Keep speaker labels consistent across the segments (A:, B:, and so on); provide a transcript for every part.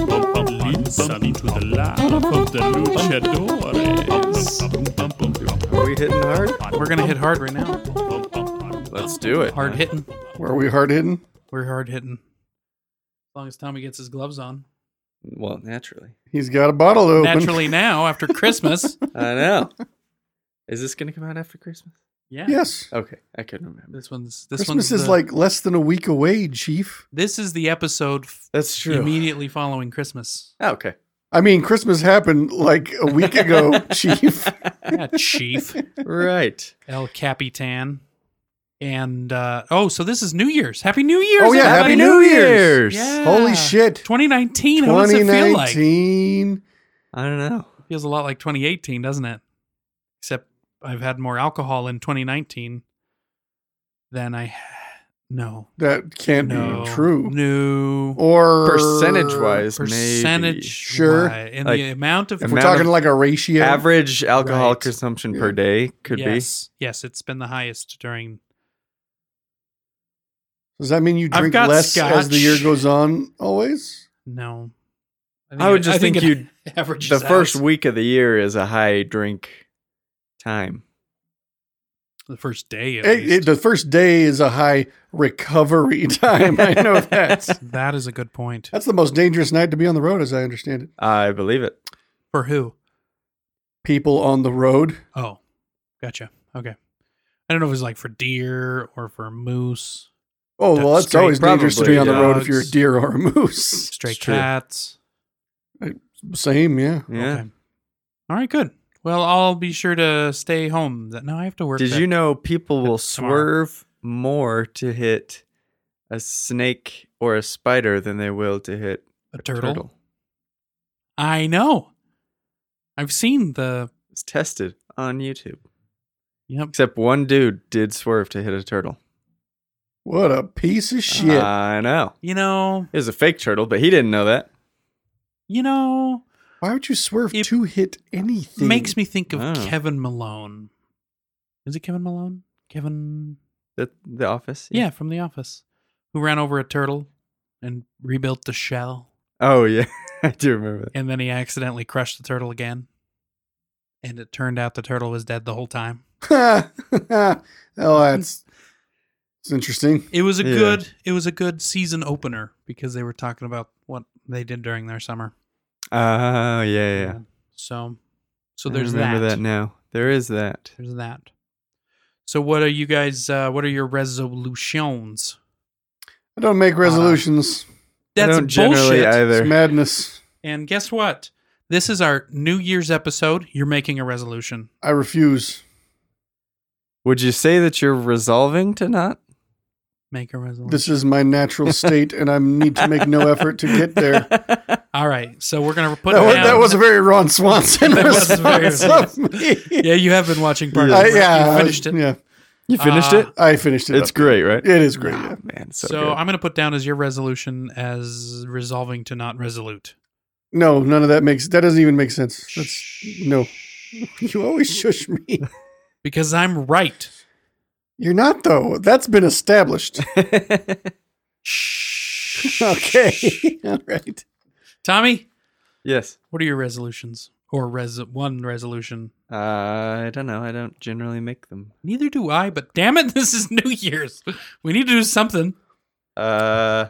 A: Listen to the laugh of the luchadores.
B: Are we hitting hard?
C: We're gonna hit hard right now.
B: Let's do it.
C: Hard hitting.
D: Were we hard hitting?
C: We're hard hitting. As long as Tommy gets his gloves on.
B: Well, naturally.
D: He's got a bottle open.
C: Naturally, now after Christmas.
B: I know. Is this gonna come out after Christmas?
C: Yeah.
D: Yes.
B: Okay, I couldn't remember.
C: This one's this
D: Christmas
C: one's
D: is
C: the-
D: like less than a week away, Chief.
C: this is the episode f-
B: That's
C: immediately following Christmas.
B: Oh, okay.
D: I mean, Christmas happened like a week ago, Chief.
C: Yeah, Chief
B: Right.
C: El Capitan, and uh, oh, so this is New Year's. Happy New Year's!
D: Oh, yeah, Happy
C: everybody.
D: New
B: Year's.
C: Yeah.
D: Holy shit.
C: 2019. How does it feel like? It
D: 2019.
B: I don't know.
C: feels a lot like 2018, doesn't it? Except I've had more alcohol in 2019 than I. No,
D: That can't
C: no,
D: be true.
C: No,
D: Or
B: Percentage wise,
C: percentage
D: Sure.
C: wise, and
B: Like,
C: the amount of
D: If
B: Amount
D: we're talking
B: of
D: like a ratio.
B: average alcohol
C: Right.
B: consumption
D: Yeah.
B: per day could
C: yes, yes, it's been the highest during.
D: Does that mean you
C: I've
D: drink
C: got
D: less as the year
C: scotch.
D: goes on always?
C: No,
B: I would just think
C: it
B: be.
C: averages
B: The first
C: out.
B: week of the year is a high drink time.
C: the first day. At
D: It, it,
C: least.
D: the first day is a high recovery time. I know that.
C: that is a good point.
D: That's the most dangerous night to be on the road, as I understand it.
B: I believe it.
C: For who?
D: People on the road.
C: Oh, gotcha. Okay. I don't know if it was like for deer or for moose,
D: Oh well,
C: That's
D: it's always
B: straight-
D: dangerous to
B: probably
D: be on the road
C: dogs.
D: if you're a deer or a moose.
C: stray
B: It's true.
C: cats.
D: Same, yeah.
B: Yeah.
C: Okay. All right, good. Well, I'll be sure to stay home. That now I have to work.
B: Did
C: that-
B: you know people will
C: Tomorrow.
B: swerve more to hit a snake or a spider than they will to hit
C: a turtle? I know. I've seen the.
B: It's tested on YouTube.
C: Yep.
B: Except one dude did swerve to hit a turtle.
D: What a piece of shit.
C: Uh,
B: I know.
C: You know.
B: It was a fake turtle, but he didn't know that.
C: You know.
D: Why would you swerve
C: It
D: to hit anything?
C: Makes me think of
B: Oh.
C: Kevin Malone. Is it Kevin Malone? Kevin.
B: The the office.
C: Yeah, from The Office, who ran over a turtle and rebuilt the shell,
B: Oh yeah. I do remember that.
C: and then he accidentally crushed the turtle again, and it turned out the turtle was dead the whole time.
D: oh, that's it's interesting.
C: It was a
B: Yeah.
C: good it was a good season opener because they were talking about what they did during their summer.
B: Oh yeah, yeah. yeah.
C: So so
B: I
C: there's that.
B: remember that now. There is that.
C: There's that. So what are you guys uh what are your resolutions?
D: I don't
C: Uh,
D: make resolutions.
B: I
C: That's
B: don't generally
C: bullshit.
D: It's
B: either.
D: madness.
C: And guess what? This is our New Year's episode. You're making a resolution.
D: I refuse.
B: Would you say that you're resolving to not?
C: Make a resolution.
D: This is my natural state, and I need to make no effort to get there.
C: All right. So we're gonna put
D: That
C: it
D: was,
C: down.
D: that was a very Ron Swanson
C: That was very-
D: response of me.
C: yeah, you have been watching part
D: I,
C: of it.
D: yeah,
C: you finished it.
D: Yeah,
B: You finished
C: Uh,
B: it?
D: I finished it.
B: It's
D: up.
B: great, right?
D: It is great. Yeah.
B: Man, so,
C: So,
B: good.
C: I'm gonna put down as your resolution as resolving to not resolute.
D: No, none of that makes that doesn't even make sense. That's no. You always shush me.
C: Because I'm right.
D: You're not though. That's been established. okay. All right.
C: Tommy,
B: yes.
C: what are your resolutions? Or res- one resolution?
B: Uh, I don't know. I don't generally make them.
C: Neither do I, but damn it, this is New Year's. We need to do something.
B: Uh,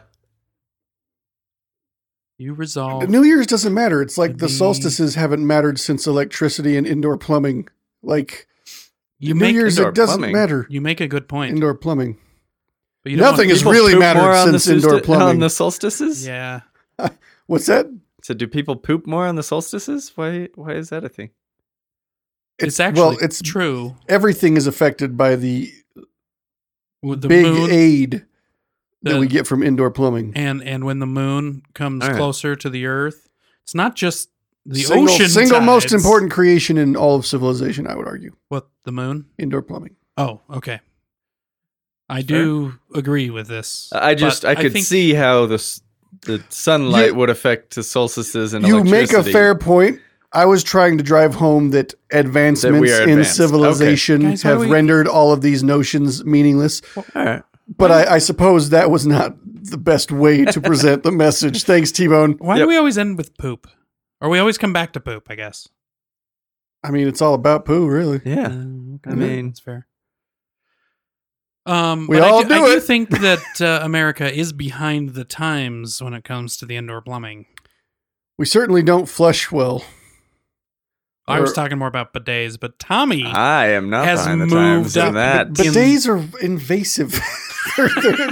C: You resolve.
D: New Year's doesn't matter. It's like the
C: The-
D: solstices haven't mattered since electricity and indoor plumbing. Like
C: you
D: New
C: make
D: Year's,
B: indoor
D: it doesn't
B: plumbing.
D: matter.
C: you make a good point.
D: Indoor plumbing.
C: but you don't
D: Nothing
C: want-
D: has
B: people
D: really
B: poop
D: mattered
B: more on the
D: since indoor
B: solsti-
D: plumbing.
B: on the solstices.
C: Yeah,
D: What's that?
B: So do people poop more on the solstices? Why? Why is that a thing?
C: it's,
D: It-
C: actually
D: well, it's
C: true.
D: everything is affected by the,
C: With the
D: big
C: moon
D: aid that
C: the-
D: we get from indoor plumbing.
C: and and when the moon comes
B: All right.
C: closer to the Earth, it's not just the
D: single,
C: ocean.
D: single most
C: tides.
D: important creation in all of civilization, I would argue.
C: What the moon?
D: Indoor plumbing.
C: Oh, okay. I do agree with this.
B: I just
C: but
B: I could
C: think-
B: see how the s- the sunlight
D: You-
B: would affect the solstices and
D: you make a
B: electricity.
D: fair point I was trying to drive home that advancements in
B: advanced.
D: civilization
C: Okay. Guys, why
D: have
C: do we-
D: rendered all of these notions meaningless.
B: All right.
D: But I, I suppose that was not the best way to present the message. Thanks, T Bone.
C: Why
B: Yep.
C: do we always end with poop? Or we always come back to poop, I guess.
D: I mean, it's all about poo, really.
B: Yeah.
C: Uh, okay.
B: I mean-
C: that's fair. Um,
D: We
C: but
D: all
C: I do, I
D: do
C: do
D: it.
C: think that uh, America is behind the times when it comes to the indoor plumbing.
D: We certainly don't flush well.
C: I was
D: Or-
C: talking more about bidets, but Tommy,
B: I am not
C: Mm. Has
B: behind the
C: moved
B: times
C: up
B: in that.
D: But
C: In-
D: days are invasive. they're, they're-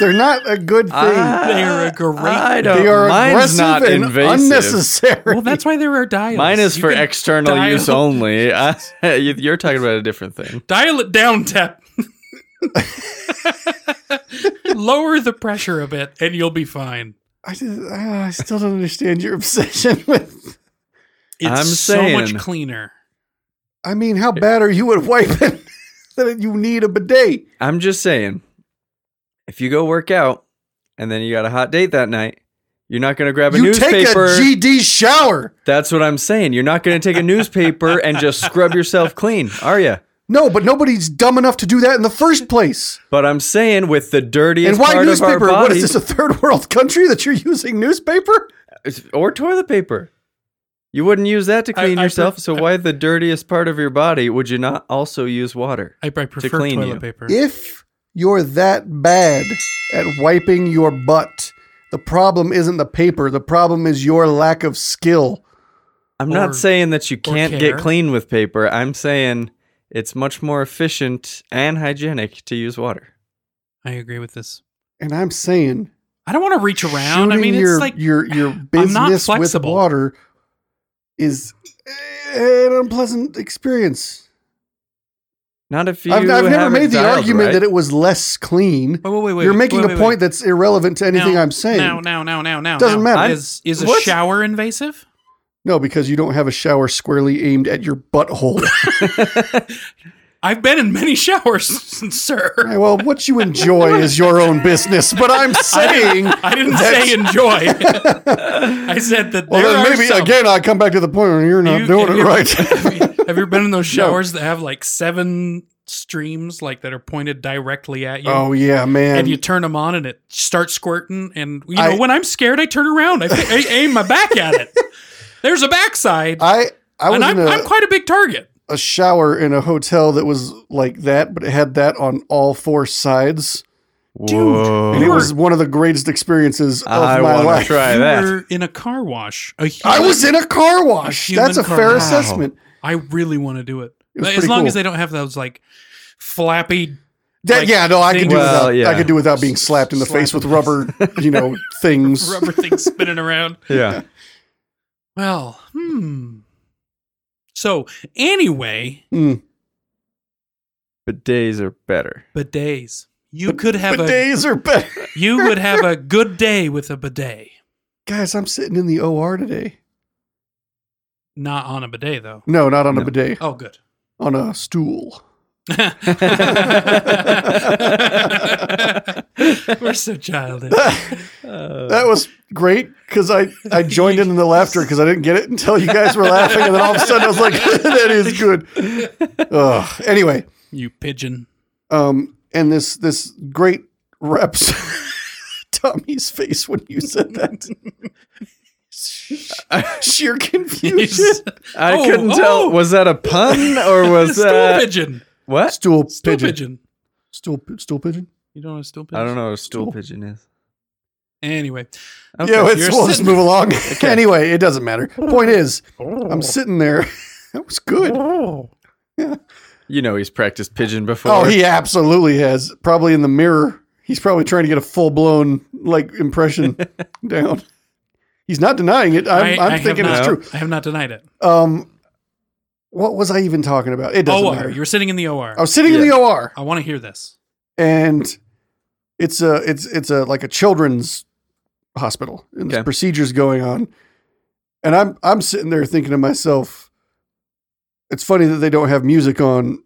D: they're not a good thing.
B: I-
C: They are a great-
B: I don't,
D: they are
B: Ah, mine's
D: aggressive
B: not
D: and
B: invasive.
D: unnecessary.
C: well, that's why there are dials.
B: Mine is
C: You
B: for
C: can
B: external
C: dial-
B: use only. I, you- you're talking about a different thing.
C: Dial it down, tap. Lower the pressure a bit, and you'll be fine.
D: I, just- I still don't understand your obsession with.
C: It's
B: I'm
C: so much
B: saying-
C: cleaner.
D: I mean, how bad are you at wiping that you need a bidet?
B: I'm just saying, if you go work out and then you got a hot date that night, you're not going to grab a
D: You take a
B: newspaper.
D: GD shower.
B: That's what I'm saying. You're not going to take a newspaper and just scrub yourself clean, are you?
D: No, but nobody's dumb enough to do that in the first place.
B: But I'm saying with the dirtiest
D: and why
B: part of
D: newspaper?
B: our body,
D: What is this, a third world country that you're using newspaper?
B: or toilet paper. You wouldn't use that to
C: I-
B: clean
C: I
B: yourself.
C: pref-
B: so why the dirtiest part of your body would you not also use water?
C: I, I prefer
B: clean
C: toilet
B: you.
C: paper.
D: If you're that bad at wiping your butt, the problem isn't the paper. The problem is your lack of skill.
B: I'm
C: Or-
B: not saying that you
C: or
B: can't
C: care.
B: get clean with paper. I'm saying it's much more efficient and hygienic to use water.
C: I agree with this.
D: And I'm saying,
C: I don't want to reach around. I
D: shooting
C: mean,
D: your,
C: it's like
D: your your
C: I'm not
D: business with
C: flexible.
D: water is an unpleasant experience.
B: Not if you.
D: I've, I've never
B: have it
D: made the
B: dialed
D: argument
B: right.
D: that it was less clean.
C: Wait, wait, wait, wait,
D: You're making
C: wait,
D: a
C: wait,
D: point that's irrelevant to
C: wait.
D: anything
C: Now-
D: I'm saying.
C: Now, now, now, now, now.
D: Doesn't
C: now.
D: matter.
C: Is is a
B: What?
C: shower invasive?
D: No, because you don't have a shower squarely aimed at your butthole.
C: I've been in many showers, sir.
D: Hey, well, what you enjoy is your own business, but I'm saying.
C: I didn't say enjoy. I said that.
D: Well,
C: there
D: then
C: are
D: maybe
C: some-
D: again I come back to the point where you're not
C: You-
D: doing
C: have
D: it
C: you-
D: right.
C: have, you, have you been in those showers that have like seven streams, like that are pointed directly at you?
D: oh yeah, man.
C: and you turn them on and it starts squirting. And you know,
D: I-
C: when I'm scared, I turn around, I, I aim my back at it. There's a backside,
D: I I was
C: and I'm,
D: in a,
C: I'm quite a big target.
D: a shower in a hotel that was like that, but it had that on all four sides,
B: Whoa.
D: and it was one of the greatest experiences of my
B: I want to
D: life.
B: try
C: You
B: that.
C: were in a car wash. A
D: I
C: human-
D: was in a car wash.
C: human
D: That's a
C: car
D: fair
C: wash.
D: assessment.
C: I really want to do it,
D: It was
C: as
D: pretty
C: long
D: cool.
C: as they don't have those like flappy.
D: That,
C: like,
D: yeah, no, I could do without.
B: Well,
D: I
B: yeah.
D: could do without being slapped in the face with rubber, you know, things.
C: Rubber things spinning around.
B: Yeah.
C: Well, hmm. So anyway,
D: Mm.
B: But days are better.
C: bidets. You could have
D: But
C: a
D: days are better,
C: you would have a good day with a bidet,
D: guys. I'm sitting in the OR today.
C: not on a bidet though.
D: No, not on a
B: No.
D: bidet.
C: Oh, good.
D: On a stool.
C: We're so childish.
D: That was great because I, I joined in in the laughter because I didn't get it until you guys were laughing. And then all of a sudden I was like, that is good. Ugh. Anyway,
C: You pigeon.
D: um, and this, this great reps Tommy's face when you said that. Sheer confusion.
B: I
C: Oh,
B: couldn't tell.
C: oh.
B: Was that a pun or was
C: stool
B: that
C: pigeon.
B: what?
D: Stool
C: Stool pigeon.
D: pigeon. Stool, p- stool pigeon.
C: You don't know what a stool pigeon?
B: I don't know what a stool
D: Stool.
B: pigeon is.
C: Anyway,
B: Okay.
D: Yeah, it's,
C: you're
D: we'll just
C: sitting-
D: move along. anyway, it doesn't matter. Point is, I'm
C: Oh.
D: sitting there. that was good.
B: you know he's practiced pigeon before.
D: Oh, he absolutely has. Probably in the mirror. He's probably trying to get a full blown like impression down. He's not denying it. I'm, I, am
C: I
D: i am
C: have
D: thinking it's
C: not-
D: true.
C: I have not denied it.
D: Um, what was I even talking about? It doesn't
C: OR.
D: matter. Oh,
C: You were sitting in the OR.
D: I was sitting in
B: Yeah.
D: the OR,
C: I want to hear this.
D: and it's a it's it's a like a children's hospital, and there's
B: Okay.
D: procedures going on, and I'm I'm sitting there thinking to myself, it's funny that they don't have music on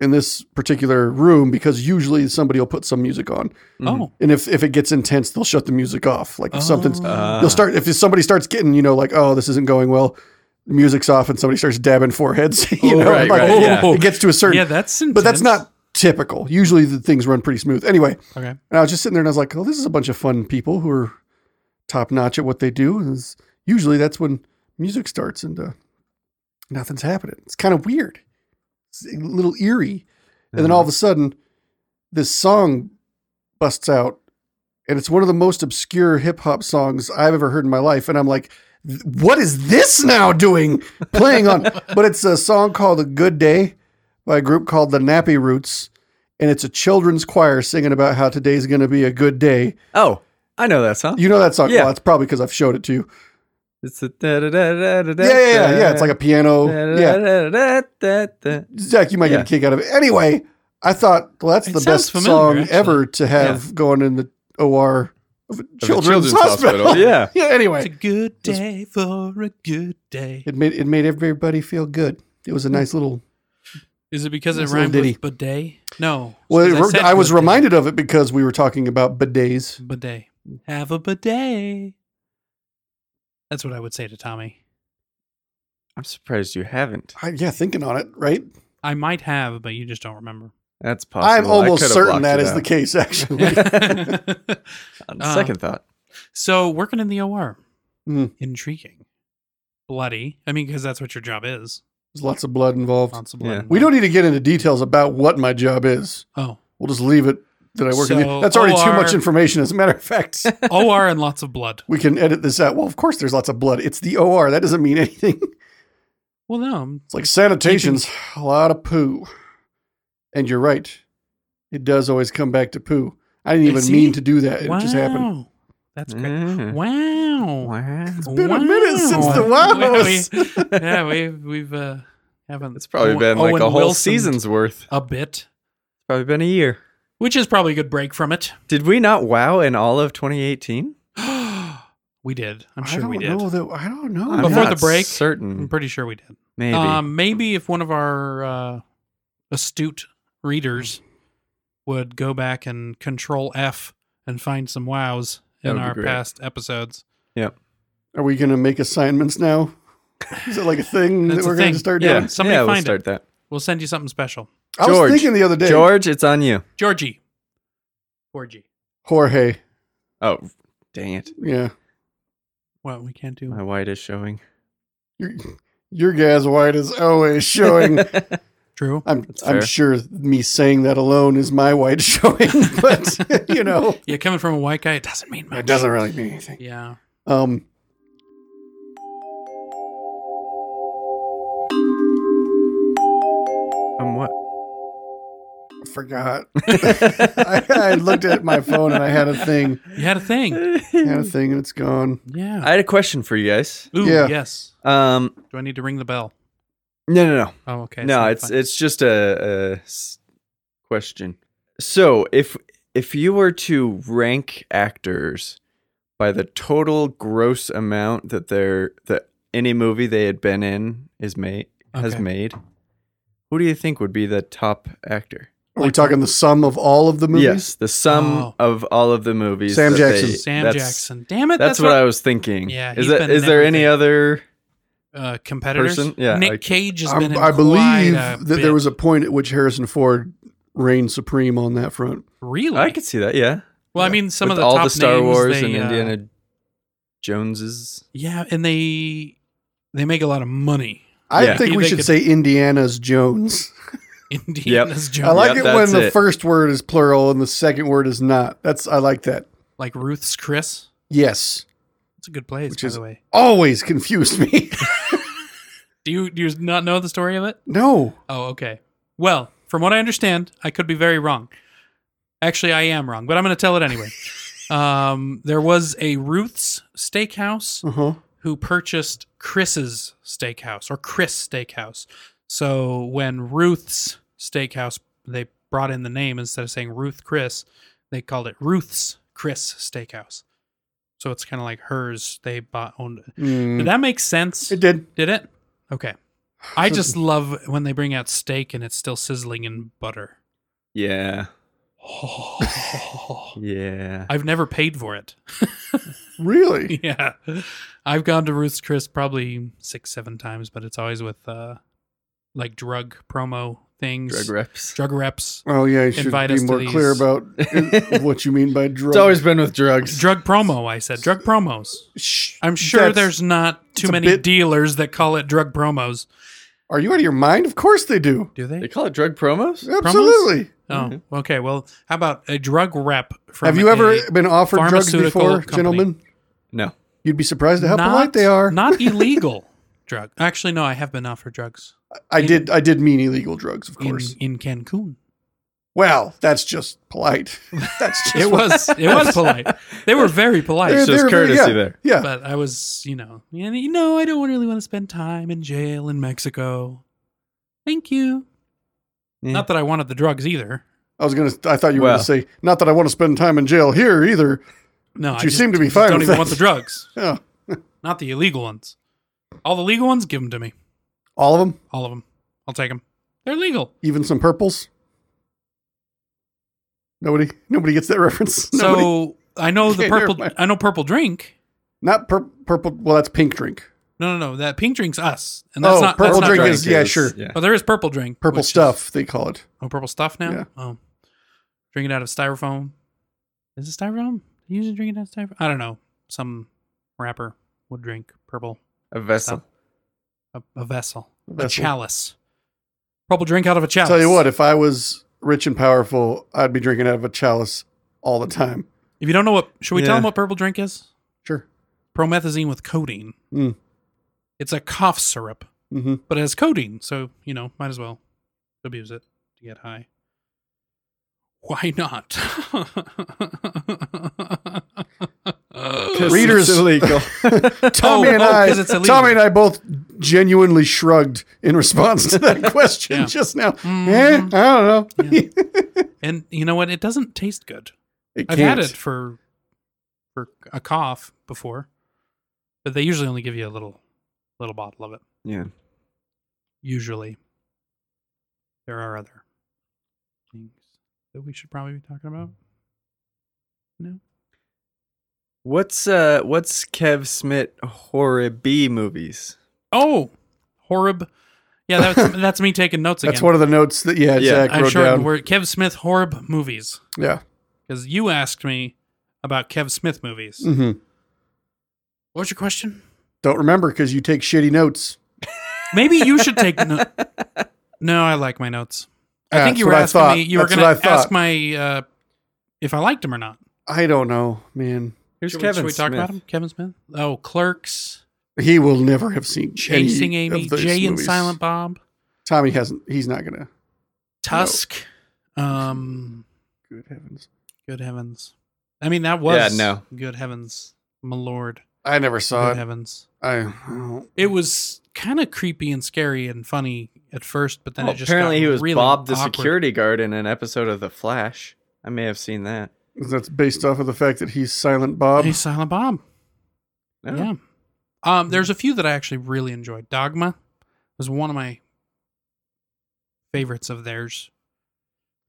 D: in this particular room because usually somebody will put some music on.
B: Mhm.
C: Oh.
D: And if, if it gets intense, they'll shut the music off. Like if something's
C: Oh.
B: Uh,
D: they'll start if somebody starts getting, you know, like, oh, this isn't going well, the music's off and somebody starts dabbing foreheads. You
B: Oh,
D: know,
B: right,
D: like,
B: right,
C: yeah.
D: it gets to a certain.
C: yeah, that's intense.
D: but that's not typical. Usually the things run pretty smooth. Anyway,
C: okay.
D: and I was just sitting there and I was like, oh, this is a bunch of fun people who are top notch at what they do. And it's- usually that's when music starts and uh, nothing's happening. It's kind of weird. It's a little eerie. And then all of a sudden, this song busts out. And it's one of the most obscure hip hop songs I've ever heard in my life. And I'm like, what is this now doing playing on? but it's a song called A Good Day by a group called the Nappy Roots. And it's a children's choir singing about how today's going to be a good day.
B: oh, I know that song.
D: You know that song?
B: Yeah.
D: Well, it's probably because I've showed it to you.
B: It's a da da da da da da.
D: Yeah, yeah, yeah, yeah. It's like a piano. Yeah.
B: Yeah.
D: Zach, you might
B: Yeah.
D: get a kick out of it. Anyway, I thought, well, that's
C: It
D: the
C: sounds
D: best
C: familiar,
D: song
C: actually.
D: ever to have going in the OR of a
E: the
D: children's,
E: Children's
D: hospital.
E: Hospital.
B: Yeah.
D: yeah.
C: It's a
D: Anyway,
C: good day for a good day.
D: it made it made everybody feel good. It was a nice little.
C: Is it because it
D: Nice little
C: rhymed
D: ditty.
C: with bidet? No. it's
D: Well, it
C: 'cause
D: re-
C: said
D: I was
C: good day.
D: reminded of it because we were talking about bidets.
C: Bidet. Have a bidet. That's what I would say to Tommy.
B: I'm surprised you haven't.
D: I, yeah, thinking on it, right?
C: I might have, but you just don't remember.
B: That's possible.
D: I'm
B: I
D: almost
B: could've
D: certain
B: blocked
D: that
B: it
D: is the
B: out.
D: case. Actually,
B: On
C: Uh,
B: second
D: Oh,
B: thought.
C: so working in the OR,
D: Mm.
C: intriguing, bloody. I mean, because that's what your job is.
D: there's lots of blood involved.
C: Responsible.
B: Yeah.
C: and-
D: We don't need to get into details about what my job is.
C: Oh,
D: We'll just leave it that I work in. The,
C: So,
D: that's already too
C: OR
D: much information. As a matter of fact,
C: OR and lots of blood.
D: we can edit this out. Well, of course, there's lots of blood. It's the OR. That doesn't mean anything.
C: Well, no, I'm-
D: It's like sanitation's a lot of poo. And you're right. It does always come back to poo. I didn't
C: You
D: even
C: see?
D: mean to do that. It
C: wow,
D: just happened. Mm-hmm.
C: that's great.
B: Mm.
C: Wow,
B: Wow.
C: it's
D: been a minute since the wows.
C: we, yeah, we we've uh, haven't.
B: It's probably been like a whole season's worth.
C: a bit,
B: Probably been a year.
C: which is probably a good break from it.
B: Did we not wow in all of 2018?
C: we did. I'm
D: I
C: sure
D: don't
C: we did.
D: know that. I don't know.
B: I'm
C: Before
D: man.
B: not
C: the break? um, I'm
B: Certain.
C: pretty sure we did.
B: Maybe.
C: Um, maybe if one of our uh, astute readers would go back and control F and find some wows
B: That
C: in
B: would be
C: our
B: great.
C: past episodes.
D: Are we going to make assignments now? Is it like a thing that
C: That's a
D: we're going
C: thing.
D: to start
B: yeah.
D: doing?
C: somebody
B: yeah, we'll
C: find it.
B: start that.
C: We'll send you something special.
D: I
B: George.
D: was thinking the other day.
B: George, it's on you.
C: Georgie. Georgie.
D: Jorge.
B: Oh, dang it.
D: Yeah.
C: Well, we can't do
B: My white is showing.
D: Your, your gas white is always showing.
C: True.
D: I'm,
B: That's
D: I'm
B: fair.
D: sure me saying that alone is my white showing, but you know,
C: Yeah, coming from a white guy, it doesn't mean much.
D: it doesn't really mean anything.
C: Yeah.
D: Um,
B: I'm what?
D: I forgot. I, I looked at my phone and I had a thing,
C: You had a thing.
D: I had a thing, and it's gone.
C: Yeah.
B: I had a question for you guys.
C: Ooh,
D: Yeah.
C: yes.
B: Um,
C: Do I need to ring the bell?
B: no, no, no.
C: Oh, okay.
B: no,
C: not
B: it's
C: fine.
B: it's just a, a s- question. So if if you were to rank actors by the total gross amount that they're that any movie they had been in is made has
C: Okay.
B: made, who do you think would be the top actor?
D: Are we talking the sum of all of the movies?
B: Yes, the sum
C: Oh.
B: of all of the movies.
D: Sam
B: that
D: Jackson.
B: they-
C: Sam
B: that's-
C: Jackson. Damn it.
B: That's, what, I was thinking.
C: Yeah,
B: is
C: he's
B: that
C: been
B: is
C: in
B: there any
C: everything.
B: other?
C: uh, competitors.
B: Person? Yeah,
C: Nick
B: like-
C: Cage has been. In
D: Um, I, I believe
C: quite a
D: that
C: bit.
D: there was a point at which Harrison Ford reigned supreme on that front.
C: really.
B: I could see that. Yeah,
C: well, I mean, some
B: With
C: of the
B: all
C: top
B: the Star
C: names,
B: Wars
C: they,
B: and
C: uh,
B: Indiana Joneses.
C: yeah, and they they make a lot of money.
D: I
B: Yeah.
D: think
C: You
D: we
C: think
D: should
C: it-
D: say Indiana's Jones.
C: Indiana's
D: I
C: Jones,
D: like it
B: Yep,
D: when
B: that's
D: the
B: it.
D: first word is plural and the second word is not. That's I like that.
C: like Ruth's Chris.
D: Yes,
C: It's a good place,
D: Which
C: by
D: is-
C: the way.
D: always confused me.
C: Do you do you not know the story of it?
D: no,
C: Oh, okay. Well, from what I understand, I could be very wrong. Actually, I am wrong, but I'm going to tell it anyway. um, there was a Ruth's Steakhouse
D: uh huh.
C: who purchased Chris's Steakhouse or Chris Steakhouse. So when Ruth's Steakhouse, they brought in the name instead of saying Ruth Chris, they called it Ruth's Chris Steakhouse. So it's kind of like hers. They bought owned. it. Did that make sense?
D: Hmm. It did.
C: Did it? Okay. I just love when they bring out steak and it's still sizzling in butter.
B: Yeah. Yeah.
C: I've never paid for it.
D: Really?
C: yeah. I've gone to Ruth's Chris probably six, seven times, but it's always with uh like drug promo things.
B: Drug reps.
C: drug reps.
D: Oh yeah, you should
C: Invite
D: be
C: us to
D: more clear
C: these.
D: about uh, what you mean by drug.
B: It's always been with drugs.
C: Drug promo, I said. Drug promos.
D: Shh,
C: I'm sure
D: that's-
C: there's not too
D: it's a
C: many
D: bit-
C: dealers that call it drug promos.
D: Are you out of your mind? Of course they do.
C: Do
B: They
C: they?
B: call it drug promos?
D: Absolutely.
C: Oh, okay. Well, how about a drug rep from
D: Have you ever
C: a-
D: been offered drugs
C: pharmaceutical
D: before,
C: company.
D: gentlemen?
B: No.
D: You'd be surprised at how
C: not,
D: polite they are.
C: not illegal drug. Actually, no, I have been offered drugs
D: I did. I did mean illegal drugs, of
C: in,
D: course.
C: in Cancun.
D: well, that's just polite. that's just
C: It was it was polite. They were very polite.
B: It's just courtesy
D: yeah,
B: there.
D: Yeah,
C: But I was, you know, you know, you know, I don't really want to spend time in jail in Mexico. Thank you.
B: Yeah.
C: Not that I wanted the drugs either.
D: I was gonna. I thought you were
B: Well.
D: gonna say not that I want to spend time in jail here either.
C: No, I
D: you
C: just-
D: seem to be
C: I just
D: fine
C: Don't
D: with
C: even
D: that.
C: want the drugs,
D: Yeah,
C: not the illegal ones. All the legal ones, give them to me.
D: all of them,
C: All of them. I'll take them. They're legal.
D: even some purples. Nobody, nobody gets that reference. Nobody.
C: So I know the
D: Okay, never
C: purple.
D: mind.
C: I know purple drink.
D: not pur- purple. Well, that's pink drink.
C: No, no, no. That pink drink's us, and that's
D: Oh,
C: not
D: purple
C: that's not
D: drink
C: drug.
D: is- yeah, sure.
B: Yeah.
C: But there is purple drink.
D: Purple
C: which is-
D: stuff they call it.
C: oh, purple stuff now.
D: Yeah.
C: Oh, drink it out of styrofoam. Is it styrofoam? You usually drink it out of styrofoam. I don't know. Some rapper would drink purple
B: A vessel.
C: a, a vessel, a
D: vessel.
C: chalice. Purple drink out of a chalice.
D: Tell you what, if I was rich and powerful, I'd be drinking out of a chalice all the time.
C: If you don't know what, should we tell
B: Yeah.
C: them what purple drink is?
D: Sure.
C: Promethazine with codeine.
D: Mm.
C: It's a cough syrup.
D: Mm-hmm.
C: but it has codeine, so you know, might as well abuse it to get high. Why not?
D: Readers-
B: it's illegal.
D: Tommy
C: Oh,
D: and
C: oh,
D: I,
C: 'cause it's illegal.
D: Tommy and I both genuinely shrugged in response to that question
C: Yeah.
D: just now. Eh, I don't
C: Mhm.
D: know.
C: and you know what? It doesn't taste good.
D: It
C: I've
D: can't.
C: had it for for a cough before, but they usually only give you a little little bottle of it.
B: yeah.
C: Usually, there are other things that we should probably be talking about. No.
B: What's uh what's Kev Smith horror B movies?
C: Oh, Horeb. Yeah, that's that's me taking notes again.
D: That's one of the notes that yeah,
B: Yeah,
D: Zach
C: I
D: wrote
C: shortened
D: down.
C: word Kev Smith Horeb movies
D: Yeah.
C: because you asked me about Kev Smith movies.
D: hmm
C: What was your question?
D: Don't remember because you take shitty notes.
C: Maybe you should take no. No, I like my notes. I
D: Yeah,
C: think you
D: that's
C: were
D: what I
C: asking
D: thought.
C: me. You were
D: That's
C: going
D: what I
C: to
D: thought.
C: ask my uh, if I liked him or not.
D: I don't know, man.
B: Here's
C: Should we,
B: Kevin
C: should we talk
B: Smith.
C: about him? Kevin Smith. Oh, Clerks,
D: He will never have seen any
C: Chasing
D: of
C: Amy,
D: those
C: Jay and
D: movies.
C: Silent Bob,
D: Tommy hasn't. He's not gonna.
C: Tusk. Um,
D: Good heavens!
C: good heavens. I mean, that was
B: Yeah, no.
C: Good heavens, my lord.
D: I never saw
C: Good
D: it.
C: heavens.
D: I, I don't-
C: It was kind of creepy and scary and funny at first, but then
B: Well,
C: it just
B: Oh, apparently
C: got
B: he was
C: really
B: Bob the
C: awkward.
B: security guard in an episode of The Flash. I may have seen that.
D: That's based off of the fact that he's Silent Bob.
C: Hey, Silent Bob.
B: No?
C: Yeah. Um, there's a few that I actually really enjoyed. Dogma was one of my favorites of theirs.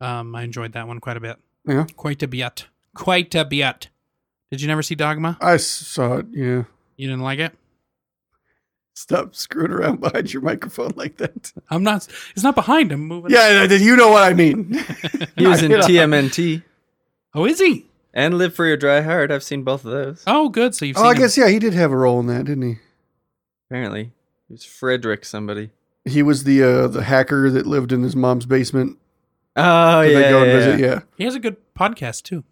C: Um, I enjoyed that one quite a bit.
D: Yeah.
C: Quite a bit. Quite a bit. Did you never see Dogma?
D: I s- saw it. Yeah.
C: You didn't like it?
D: Stop screwing around behind your microphone like that.
C: I'm not. It's not behind. I'm moving.
D: Yeah, I- I- you know what I mean.
B: He was in
D: You know.
B: TMNT
C: Oh, is he?
B: and Live Free or Die Hard. I've seen both of those.
C: Oh, good. So you've
D: Oh,
C: seen
D: I
C: him.
D: guess yeah, he did have a role in that, didn't he?
B: Apparently, he was Frederick somebody.
D: He was the uh, the hacker that lived in his mom's basement.
B: Oh
D: that
B: yeah,
D: they go and
B: yeah,
D: visit.
B: yeah.
D: Yeah,
C: he has a good podcast too.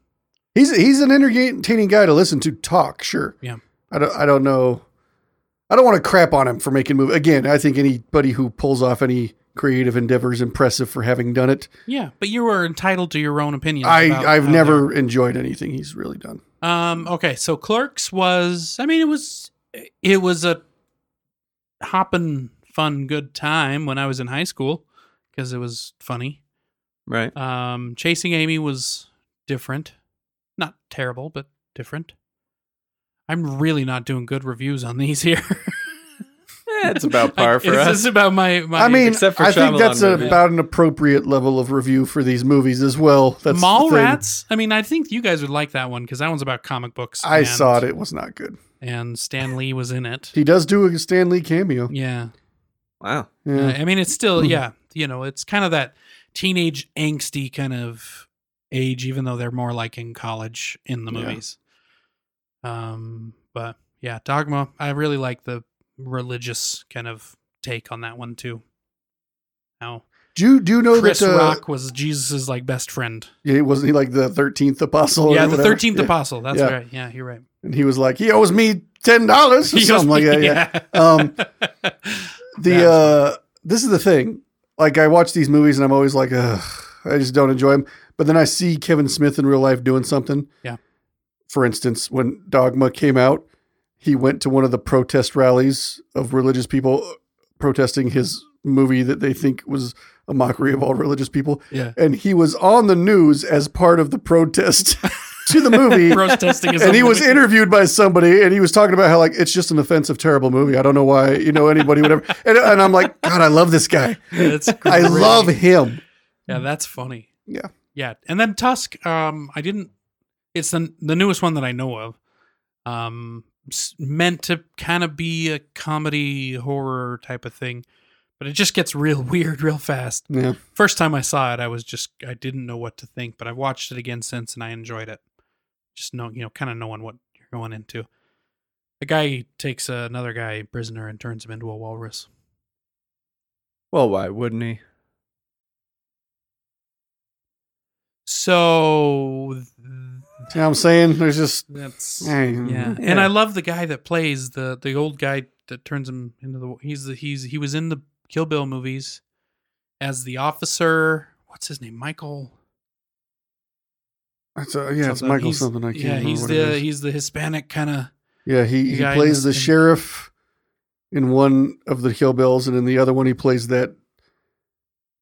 D: he's he's an entertaining guy to listen to talk. Sure.
C: Yeah.
D: I don't I don't know. I don't want to crap on him for making movies. Again, I think anybody who pulls off any creative endeavor is impressive for having done it.
C: Yeah, but you are entitled to your own opinion. about
D: I I've
C: how
D: never enjoyed anything he's really done.
C: they're- Um. Okay. So Clerks was. I mean, it was. It was a hopping fun good time when I was in high school because it was funny.
B: Right.
C: Um. Chasing Amy was different, not terrible, but different. I'm really not doing good reviews on these here.
D: Eh,
B: That's about par for
C: Is
B: us.
C: this about my, my
D: I mean,
B: Except for
D: I think
B: Shyamalan
D: that's a-
B: movies.
D: about an appropriate level of review for these movies as well. That's the
C: mall
D: thing.
C: rats? I mean, I think you guys would like that one because that one's about comic books.
D: I
C: and-
D: saw it. It was not good.
C: and Stan Lee was in it.
D: He does do a Stan Lee cameo.
C: Yeah.
B: Wow.
D: Yeah.
C: Uh,
D: Hmm.
C: I mean, it's still, yeah, you know, it's kind of that teenage angsty kind of age, even though they're more like in college in the
D: Yeah.
C: movies. Um, but yeah, Dogma. I really like the religious kind of take on that one too. How
D: Do you do you know
C: Chris
D: that? Uh,
C: Rock was Jesus's like best friend.
D: Yeah, wasn't he like the thirteenth apostle? or
C: yeah, the
D: Oh, whatever?
C: thirteenth
D: Yeah.
C: apostle. That's
D: Yeah.
C: right. Yeah, you're right.
D: And he was like, he owes me ten dollars or something like that. Yeah. Um,
C: That's
D: The uh, this is the thing. Like I watch these movies and I'm always like, Ugh, I just don't enjoy them. But then I see Kevin Smith in real life doing something.
C: Yeah.
D: For instance, when Dogma came out, he went to one of the protest rallies of religious people uh, protesting his movie that they think was a mockery of all religious people.
C: yeah.
D: and he was on the news as part of the protest to the movie.
C: Protesting is
D: and he was
C: unlimited.
D: interviewed by somebody, and he was talking about how like it's just an offensive, terrible movie. I don't know why you know anybody would ever. And, and I'm like, God, I love this guy.
C: That's
D: I
C: great.
D: love him.
C: Yeah, that's funny.
D: Mm. Yeah.
C: Yeah. And then Tusk, um, I didn't it's the the newest one that I know of. Um s- meant to kind of be a comedy horror type of thing, but it just gets real weird real fast.
D: Yeah,
C: First time I saw it, I was just I didn't know what to think, but I've watched it again since and I enjoyed it. Just know, you know, kind of knowing what you're going into. A guy takes another guy prisoner and turns him into a walrus.
B: Well, why wouldn't he?
C: So
D: you know what I'm saying there's just
C: that's
D: Mm-hmm. yeah,
C: Yeah, and I love the guy that plays the the old guy that turns him into the. He's the he's he was in the Kill Bill movies as the officer. What's his name? Michael.
D: That's a, yeah, it's
C: something.
D: Michael
C: He's-
D: something. I can't
C: Yeah,
D: remember
C: he's
D: what it
C: the
D: is.
C: he's the Hispanic kind of.
D: yeah, he, he
C: guy in
D: plays the
C: this thing.
D: sheriff in one of the Kill Bills, and in the other one he plays that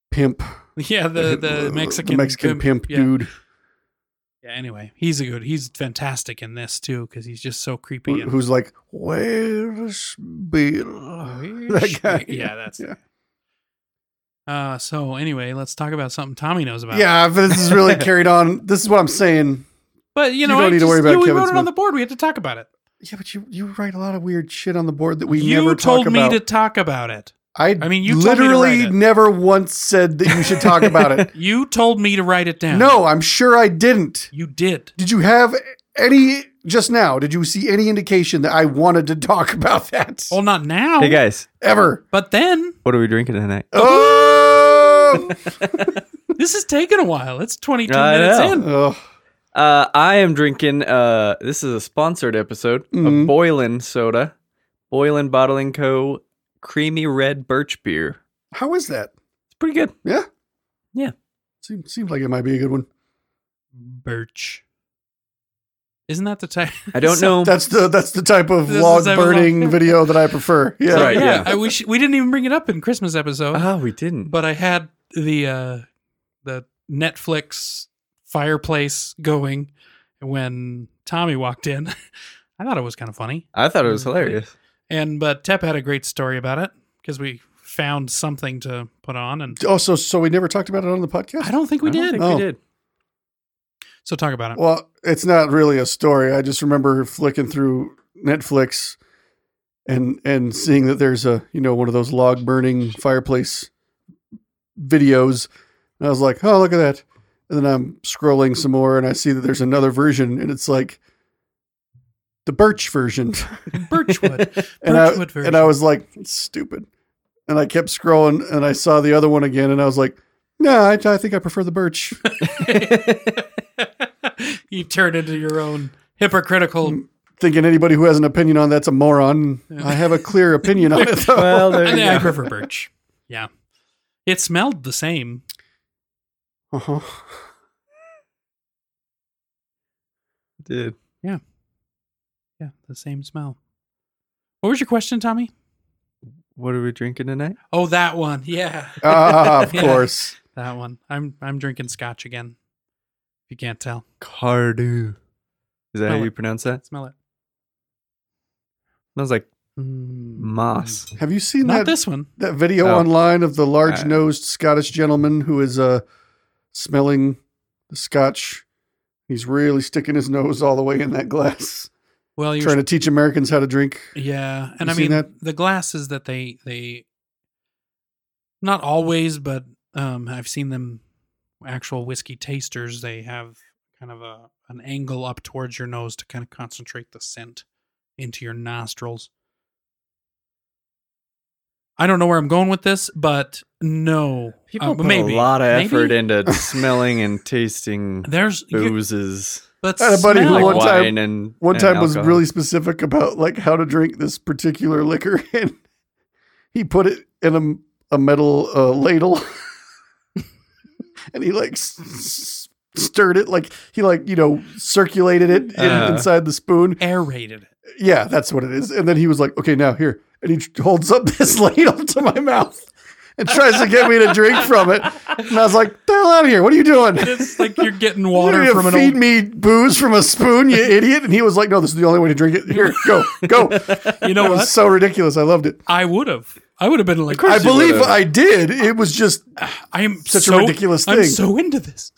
D: pimp, uh,
C: Yeah, the the Mexican
D: Mexican pimp
C: yeah.
D: dude.
C: Yeah. Anyway, he's a good. He's fantastic in this too because he's just so creepy.
D: Who-
C: and-
D: who's like, "Where's Bill?" That guy.
C: Yeah, that's.
D: Yeah.
C: Uh, so anyway, let's talk about something Tommy knows about.
D: Yeah, but this is really carried on. This is what I'm saying.
C: but you
D: You
C: know,
D: don't
C: I
D: need to
C: just-
D: worry about
C: you- we
D: Kevin
C: wrote it
D: Smith.
C: on the board. We had to talk about it.
D: Yeah, but you you write a lot of weird shit on the board that we
C: you
D: never
C: told
D: talk
C: me
D: about.
C: to talk about it.
D: I,
C: I mean, you told me to
D: literally
C: write it.
D: never once said that you should talk about it.
C: You told me to write it down.
D: No, I'm sure I didn't.
C: you did.
D: Did you have any just now? Did you see any indication that I wanted to talk about that
C: Well, not now.
B: Hey guys,
D: ever?
C: But then
B: what are we drinking tonight?
D: Oh,
C: this has taken a while. It's 22
B: I
C: minutes
B: know.
C: in.
D: Oh! Ugh.
B: Uh, I am drinking. Uh, this is a sponsored episode
D: Mhm.
B: of Boylan Soda, Boylan Bottling Co. Creamy Red Birch Beer.
D: how is that?
B: It's pretty good.
D: Yeah,
B: Yeah.
D: Seems seems like it might be a good one.
C: Birch. Isn't that the type?
B: I don't
C: So-
B: know.
D: That's the that's the type of
C: This is
D: log
C: the type of
D: burning
C: log-
D: video that I prefer. Yeah.
B: Right. yeah.
C: I- we sh- we didn't even bring it up in Christmas episode,
B: Ah, we didn't.
C: but I had the uh the Netflix fireplace going when Tommy walked in. I thought it was kind of funny.
B: I thought it was hilarious.
C: And but Tep had a great story about it because we found something to put on and
D: Oh, so so we never talked about it on the
C: I
D: podcast.
C: don't think we
B: I don't
C: did.
B: think
D: Oh.
B: we did.
C: So talk about it.
D: Well, it's not really a story. I just remember flicking through Netflix and and seeing that there's a you know one of those log burning fireplace videos. And I was like, oh look at that. And then I'm scrolling some more and I see that there's another version and it's like the birch version.
C: Birchwood.
D: and I,
C: Birchwood version.
D: and I was like, "It's stupid. And I kept scrolling and I saw the other one again and I was like, no, I, I think I prefer the birch.
C: you turn into your
D: Mm,
C: own hypocritical.
D: Thinking anybody who has an opinion on that's a moron. I have a clear opinion on it though.
B: Well, there
C: I,
B: you
C: think I
B: go.
C: prefer birch. Yeah. It smelled the same.
D: Uh-huh.
B: Did
C: Yeah, the same smell. What was your question, Tommy?
B: what are we drinking tonight?
C: Oh, that one. Yeah,
D: Ah, of
C: Yeah.
D: course.
C: that one. I'm I'm drinking scotch again. If you can't tell,
B: Cardu. Is that how
C: Smell
B: you
C: it.
B: pronounce that?
C: smell it.
B: Smells like Moss.
D: Have you seen
C: Not
D: Mm. that
C: this one.
D: that video
B: Oh.
D: online of the large
B: Uh,
D: nosed Scottish gentleman who is uh, smelling the scotch. He's really sticking his nose all the way in that glass,
C: Well, you're
D: trying to teach Americans how to drink.
C: Yeah, and
D: You
C: I
D: seen
C: mean
D: that?
C: the glasses that they they not always, but um, I've seen them actual whiskey tasters. They have kind of a an angle up towards your nose to kind of concentrate the scent into your nostrils. I don't know where I'm going with this, but no,
B: People
C: Uh,
B: put
C: maybe
B: a lot of
C: Maybe.
B: effort into smelling and tasting
C: There's you,
B: boozes,
C: but
D: I had a buddy who
C: smell.
B: like
D: one time-
B: wine and
D: One
B: and
D: time was
B: alcohol.
D: really specific about like how to drink this particular liquor, and he put it in a, a metal uh, ladle, and he like s- s- stirred it, like he like you know circulated it in,
B: Uh.
D: inside the spoon,
C: aerated. it.
D: Yeah, that's what it is. And then he was like, okay, now here. And he tr- holds up this ladle to my mouth and tries to get me to drink from it. And I was like, the hell out of here. What are you doing?
C: It's like you're getting
D: You're
C: water
D: gonna
C: from an
D: feed
C: old
D: me booze from a spoon, you idiot. And he was like, no, this is the only way to drink it. Here, go, go.
C: You know
D: That
C: what?
D: was so ridiculous. I loved it.
C: I would have. I would have been like,
D: I
B: you
D: believe
B: would've.
D: I did. It was just,
C: I am
D: Such a
C: so,
D: ridiculous
C: I'm
D: thing.
C: so into this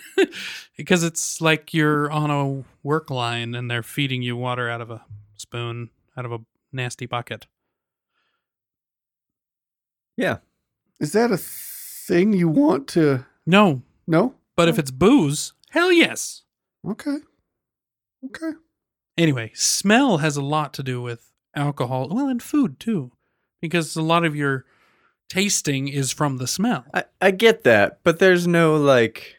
C: because it's like you're on a work line and they're feeding you water out of a spoon, out of a nasty bucket.
D: is that a thing you want to?
C: No,
D: No?
C: but if it's booze, hell yes.
D: Okay. Okay.
C: Anyway, smell has a lot to do with alcohol, well, and food too, because a lot of your tasting is from the smell.
B: I, I get that, but there's no like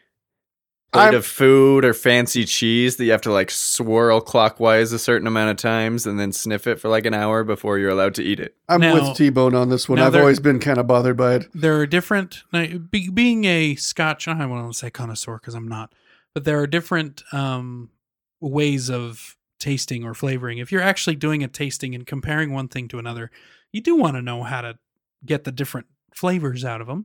B: plate
D: I'm-
B: of food or fancy cheese that you have to like swirl clockwise a certain amount of times and then sniff it for like an hour before you're allowed to eat it.
D: I'm
C: Now-
D: with T Bone on this one.
C: now
D: I've
C: there-
D: always been kind of bothered by it.
C: there are different now, be, being a scotch i want to say connoisseur because i'm not but there are different um, ways of tasting or flavoring if you're actually doing a tasting and comparing one thing to another you do want to know how to get the different flavors out of them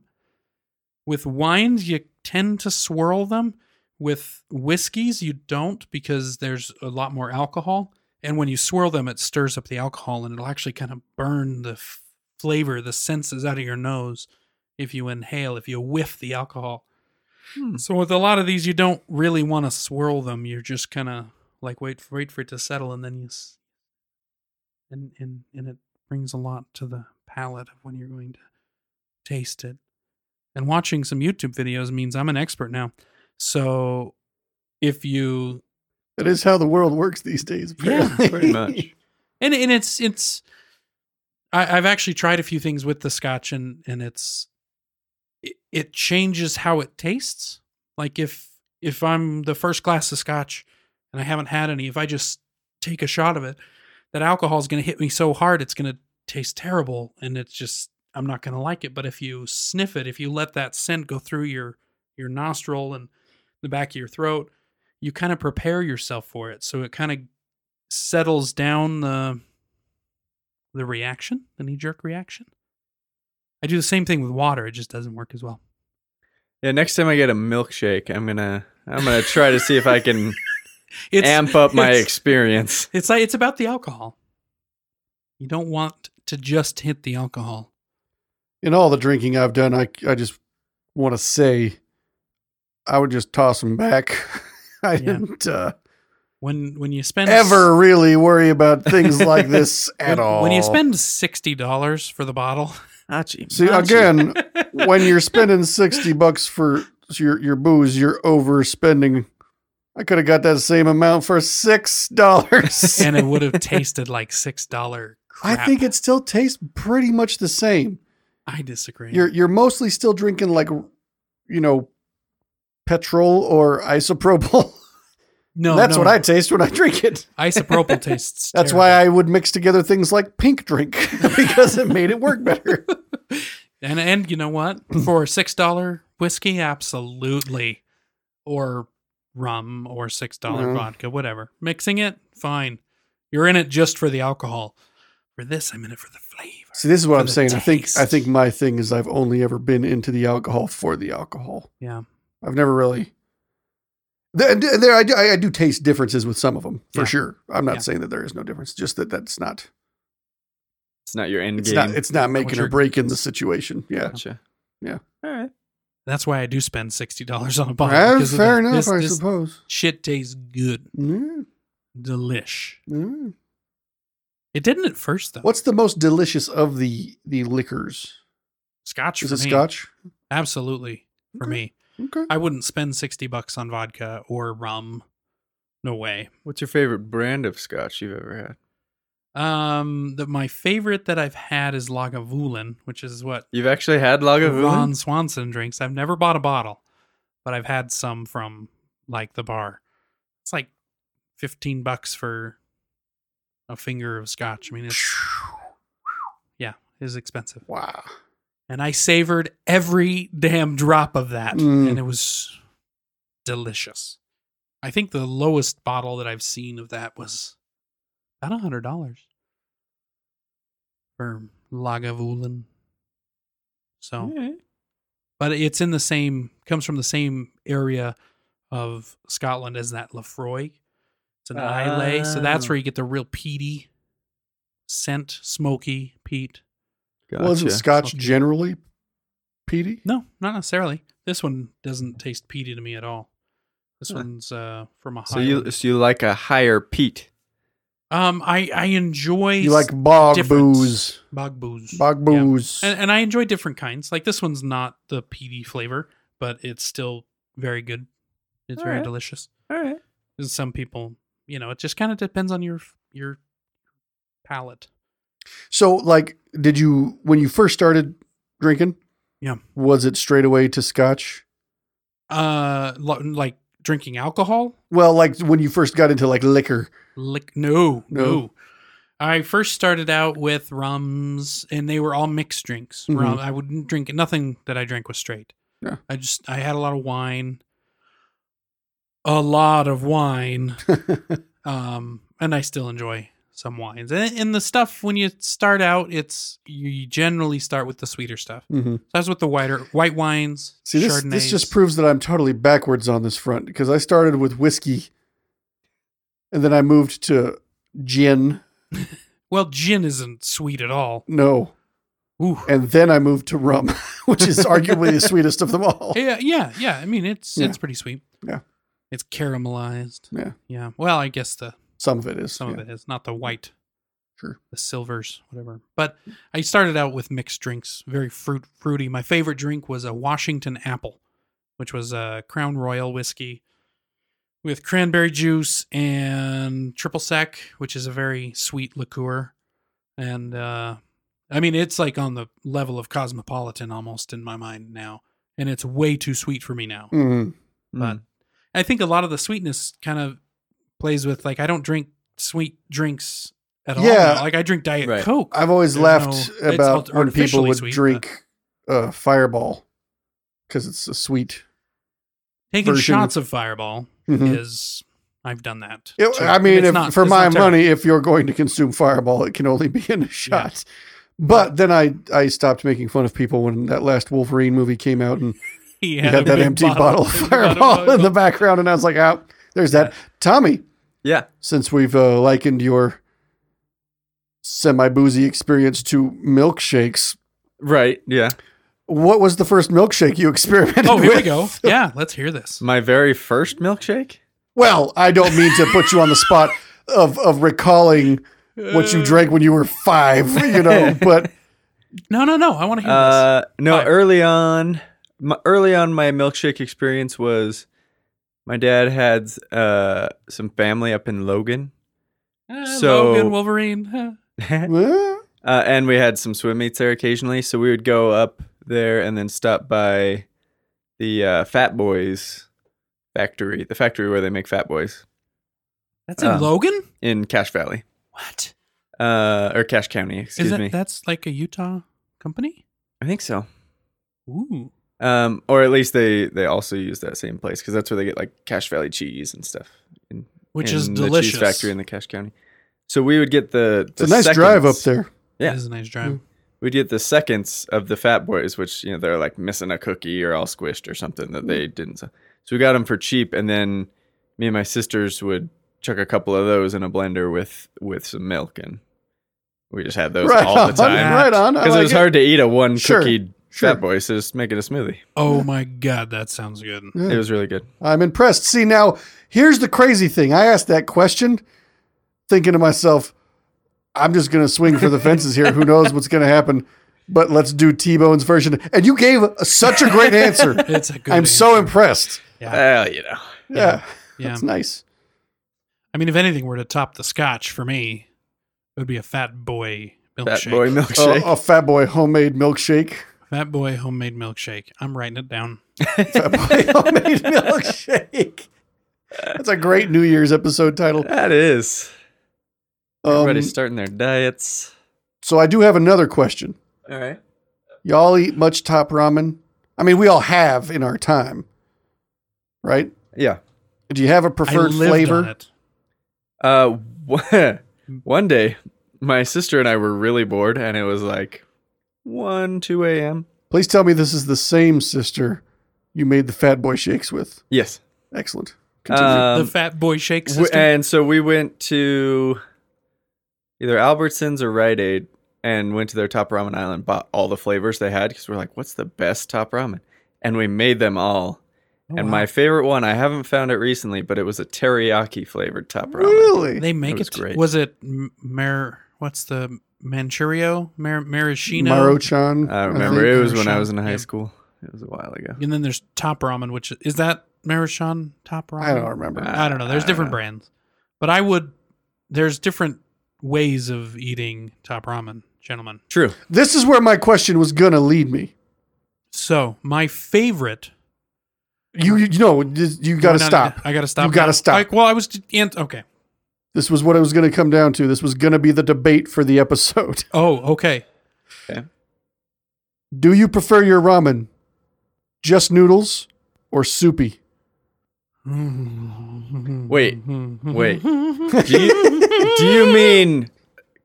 C: with wines you tend to swirl them with whiskeys you don't because there's a lot more alcohol and when you swirl them it stirs up the alcohol and it'll actually kind of burn the f- flavor the senses out of your nose if you inhale, if you whiff the alcohol.
B: Hmm.
C: So with a lot of these, you don't really want to swirl them. You're just kind of like wait, wait for it to settle, and then you, s- and and and it brings a lot to the palate of when you're going to taste it. And watching some YouTube videos means I'm an expert now. So if you
D: That is how the world works these days.
C: Yeah,
D: Apparently.
B: Pretty much.
C: and and it's it's I, I've actually tried a few things with the scotch and and it's it, it changes how it tastes. Like if if I'm the first glass of scotch and I haven't had any, if I just take a shot of it, that alcohol is going to hit me so hard it's going to taste terrible and it's just I'm not going to like it. But if you sniff it, if you let that scent go through your your nostril and the back of your throat, you kind of prepare yourself for it. So it kind of settles down the the reaction, the knee jerk reaction. I do the same thing with water; it just doesn't work as well.
B: Yeah, next time I get a milkshake, I'm gonna I'm gonna try to see if I can
C: It's
B: amp up my
C: it's-
B: experience.
C: it's like it's about the alcohol. You don't want to just hit the alcohol.
D: In all the drinking I've done, I, I just want to say I would just toss them back. I
C: Yeah.
D: didn't uh,
C: When when you spend
D: ever really worry about things like this
C: when,
D: at all.
C: when you spend sixty dollars for the bottle,
B: Hachi,
D: See,
B: machi.
D: again, when you're spending 60 bucks for your, your booze, you're overspending. I could have got that same amount for $6.
C: and it would have tasted like six dollar.
D: I think it still tastes pretty much the same.
C: I disagree.
D: you're you're mostly still drinking like you know petrol or isopropyl.
C: no,
D: That's
C: no.
D: what I taste when I drink it.
C: isopropyl tastes.
D: That's why I would mix together things like pink drink because it made it work better.
C: And and you know what? For a six dollar whiskey, absolutely, or rum or six dollar
D: No.
C: vodka, whatever. Mixing it, fine. You're in it just for the alcohol. For this, I'm in it for the flavor.
D: See, this is what
C: For
D: I'm
C: the
D: saying. I think I
C: taste.
D: think my thing is I've only ever been into the alcohol for the alcohol.
C: Yeah.
D: I've never really. There, there I, do, I do taste differences with some of them for
C: Yeah.
D: sure. I'm not
C: Yeah.
D: saying that there is no difference, just that that's not
B: It's not your end
D: It's not
B: game.
D: it's not making or
C: you're-
D: breaking the situation. Yeah.
B: Gotcha.
D: Yeah.
B: All right.
C: That's why I do spend sixty dollars on a bottle.
D: Ah,
C: because of
D: fair
C: that.
D: enough,
C: This-
D: I
C: this
D: suppose.
C: Shit tastes good,
D: Yeah,
C: delish.
D: yeah.
C: It didn't at first though.
D: What's the most delicious of the the liquors?
C: scotch?
D: Is
C: for
D: it
C: me.
D: scotch?
C: Absolutely for
D: Okay.
C: me.
D: Okay.
C: I wouldn't spend sixty bucks on vodka or rum. No way.
B: What's your favorite brand of scotch you've ever had?
C: Um, the, my favorite that I've had is Lagavulin, which is what
B: You've actually had Lagavulin?
C: Ron Swanson drinks. I've never bought a bottle, but I've had some from like the bar. It's like fifteen bucks for a finger of scotch. I mean, it's yeah, it's expensive.
D: Wow.
C: And I savored every damn drop of that,
D: Mm.
C: and it was delicious. I think the lowest bottle that I've seen of that was about a hundred dollars for Lagavulin. So
B: All right.
C: but it's in the same comes from the same area of Scotland as that Lefroy. It's an Islay, so that's
B: Ah.
C: where you get the real peaty scent, smoky peat.
D: Well, isn't
B: Gotcha.
D: scotch
C: Okay.
D: generally peaty?
C: No, not necessarily. This one doesn't taste peaty to me at all. This
B: Huh.
C: one's uh, from a
B: So you so you like a higher peat?
C: um, I I enjoy
D: You like bog
C: difference.
D: booze.
C: bog booze,
D: Bog
C: Yeah.
D: booze.
C: and, and I enjoy different kinds. Like this one's not the peaty flavor, but it's still very good. It's very
B: Alright.
C: delicious.
B: All right.
C: And some people you know it just kind of depends on your your palate
D: So, like, did you when you first started drinking?
C: Yeah.
D: Was it straight away to scotch?
C: uh lo- like drinking alcohol
D: Well, like when you first got into like liquor.
C: Lick no,
D: No.
C: no i first started out with rums and they were all mixed drinks
D: Mhm.
C: rum i wouldn't drink nothing that i drank was straight
D: Yeah.
C: i just i had a lot of wine a lot of wine um, and I still enjoy some wines. And, and the stuff when you start out, it's you generally start with the sweeter stuff.
D: Mhm.
C: So I was with the whiter white wines.
D: See, this this
C: Chardonnays.
D: just proves that I'm totally backwards on this front because I started with whiskey, and then I moved to gin.
C: well, gin isn't sweet at all.
D: No,
C: Ooh.
D: and then I moved to rum, which is arguably the sweetest of them all.
C: Yeah, yeah, yeah. I mean, it's
D: Yeah.
C: it's pretty sweet.
D: Yeah.
C: it's caramelized.
D: Yeah.
C: yeah. Well, I guess the
D: Some of it is.
C: some
D: yeah.
C: of it is not the white,
D: Sure. Hmm.
C: the silvers, whatever. But I started out with mixed drinks, very fruit fruity. My favorite drink was a Washington apple, which was a Crown Royal whiskey with cranberry juice and triple sec, which is a very sweet liqueur. And uh, I mean, it's like on the level of cosmopolitan almost in my mind now, and it's way too sweet for me now.
D: Mhm.
C: But I think a lot of the sweetness kind of plays with like I don't drink sweet drinks at all.
D: Yeah.
C: now. Like I drink Diet
B: Right.
C: Coke.
D: I've always
C: There's
D: laughed
C: no- it's
D: about
C: art-
D: when people
C: artificially
D: would
C: sweet, but-
D: drink uh, Fireball because it's a sweet.
C: Taking
D: version.
C: shots of Fireball
D: Mhm.
C: is I've done that.
D: It-
C: too.
D: I mean,
C: It's
D: if,
C: not-
D: for
C: it's not
D: my
C: terrible.
D: money, if you're going to consume Fireball, it can only be in a shot. But then I, I stopped making fun of people when that last Wolverine movie came out and
C: he
D: you
C: had,
D: had
C: a
D: that
C: big
D: empty bottle, of
C: big
D: Fireball
C: bottle of
D: in the background, and I was like, "Oh, there's that." Tommy,
B: yeah,
D: since we've uh, likened your semi boozy experience to milkshakes,
B: right. Yeah.
D: what was the first milkshake you experimented?
C: Oh, here we
D: with?
C: go. Yeah, let's hear this.
B: My very first milkshake.
D: Well, I don't mean to put you on the spot of of recalling what you drank when you were five, you know, but eh,
C: Uh, No, no, no. I want to hear this.
B: Uh, no,
C: Five.
B: early on, my, early on, my milkshake experience was my dad had uh, some family up in Logan,
C: Eh,
B: so-
C: Logan Wolverine. eh.
B: uh, and we had some swim meets there occasionally. So we would go up there and then stop by the uh, Fat Boys factory, the factory where they make Fat Boys
C: That's in
B: Um,
C: Logan.
B: in Cache Valley,
C: What
B: uh, or Cache County,
C: is
B: excuse
C: that?
B: me.
C: That's like a Utah company.
B: I think so.
C: Ooh,
B: Um, or at least they they also use that same place because that's where they get like Cache Valley cheese and stuff.
C: which is
B: in
C: delicious.
B: The cheese factory in the Cache County. So we would get the,
D: it's a nice drive up
B: seconds-
D: there.
B: Yeah.
C: It is a nice drive.
B: We'd get the seconds of the Fat Boys, which you know they're like missing a cookie or all squished or something that
D: Mm.
B: they didn't. So we got them for cheap, and then me and my sisters would chuck a couple of those in a blender with with some milk and We just had those
D: right
B: all the
D: on,
B: time.
D: Right on. I
B: Because it
D: like
B: was hard to eat a one
D: Sure,
B: cookie
D: sure.
B: Fat Boy, so just making a smoothie.
C: Oh my god, that sounds good.
D: Yeah.
B: It was really good.
D: I'm impressed. See, now here's the crazy thing. I asked that question thinking to myself, I'm just going to swing for the fences here. Who knows what's going to happen? But let's do T Bone's version. And you gave such a great answer.
C: It's a good.
D: I'm so
C: answer.
D: impressed.
C: yeah.
B: Well, you know.
D: Yeah,
C: yeah.
D: it's nice.
C: I mean, if anything were to top the scotch for me, it would be a Fat Boy milkshake.
B: Fat Boy milkshake. Oh,
D: A, a fat boy homemade milkshake.
C: Fat Boy homemade milkshake. I'm writing it down.
D: Fat boy homemade milkshake. That's a great New Year's episode title.
B: That is.
D: Um,
B: Everybody's starting their diets.
D: so I do have another question.
B: All right.
D: Y'all eat much top ramen? I mean, we all have in our time, right?
B: Yeah.
D: Do you have a
C: I
D: preferred
C: lived
D: flavor?
C: on it.
B: Uh, one day, my sister and I were really bored, and it was like 1, 2 a.m.
D: Please tell me this is the same sister you made the fat boy shakes with.
B: Yes.
D: Excellent.
B: Um,
C: the Fat Boy shake
B: W-
C: system.
B: And so we went to either Albertsons or Rite Aid and went to their Top Ramen Island, bought all the flavors they had because we're like, what's the best Top Ramen? And we made them all.
C: Oh,
B: and my favorite one, I haven't found it recently, but it was a teriyaki flavored Top Ramen.
D: Really?
C: they make
B: It was
C: it.
B: great.
C: Was it m- Mar? What's the Manchurio? Mar- Maraschino.
D: Marochan.
B: I
D: think.
B: remember it was when I was in high
C: Yeah.
B: school. It was a while ago.
C: And then there's Top Ramen, which is that Marichan Top Ramen?
D: I don't remember.
C: I don't know. There's
B: I don't
C: different
B: know.
C: brands, but I would. There's different ways of eating Top Ramen, gentlemen.
B: True.
D: This is where my question was gonna lead me.
C: So my favorite.
D: You you know this- you got to
C: No, no,
D: stop.
C: no, I gotta stop.
D: You gotta
C: now.
D: stop.
C: Like, well, I was. And, okay.
D: This was what I was gonna come down to. This was gonna be the debate for the episode.
C: Oh, okay.
D: Do you prefer your ramen just noodles or soupy?
B: Wait,
C: Mm-hmm.
B: wait. Do you, do you mean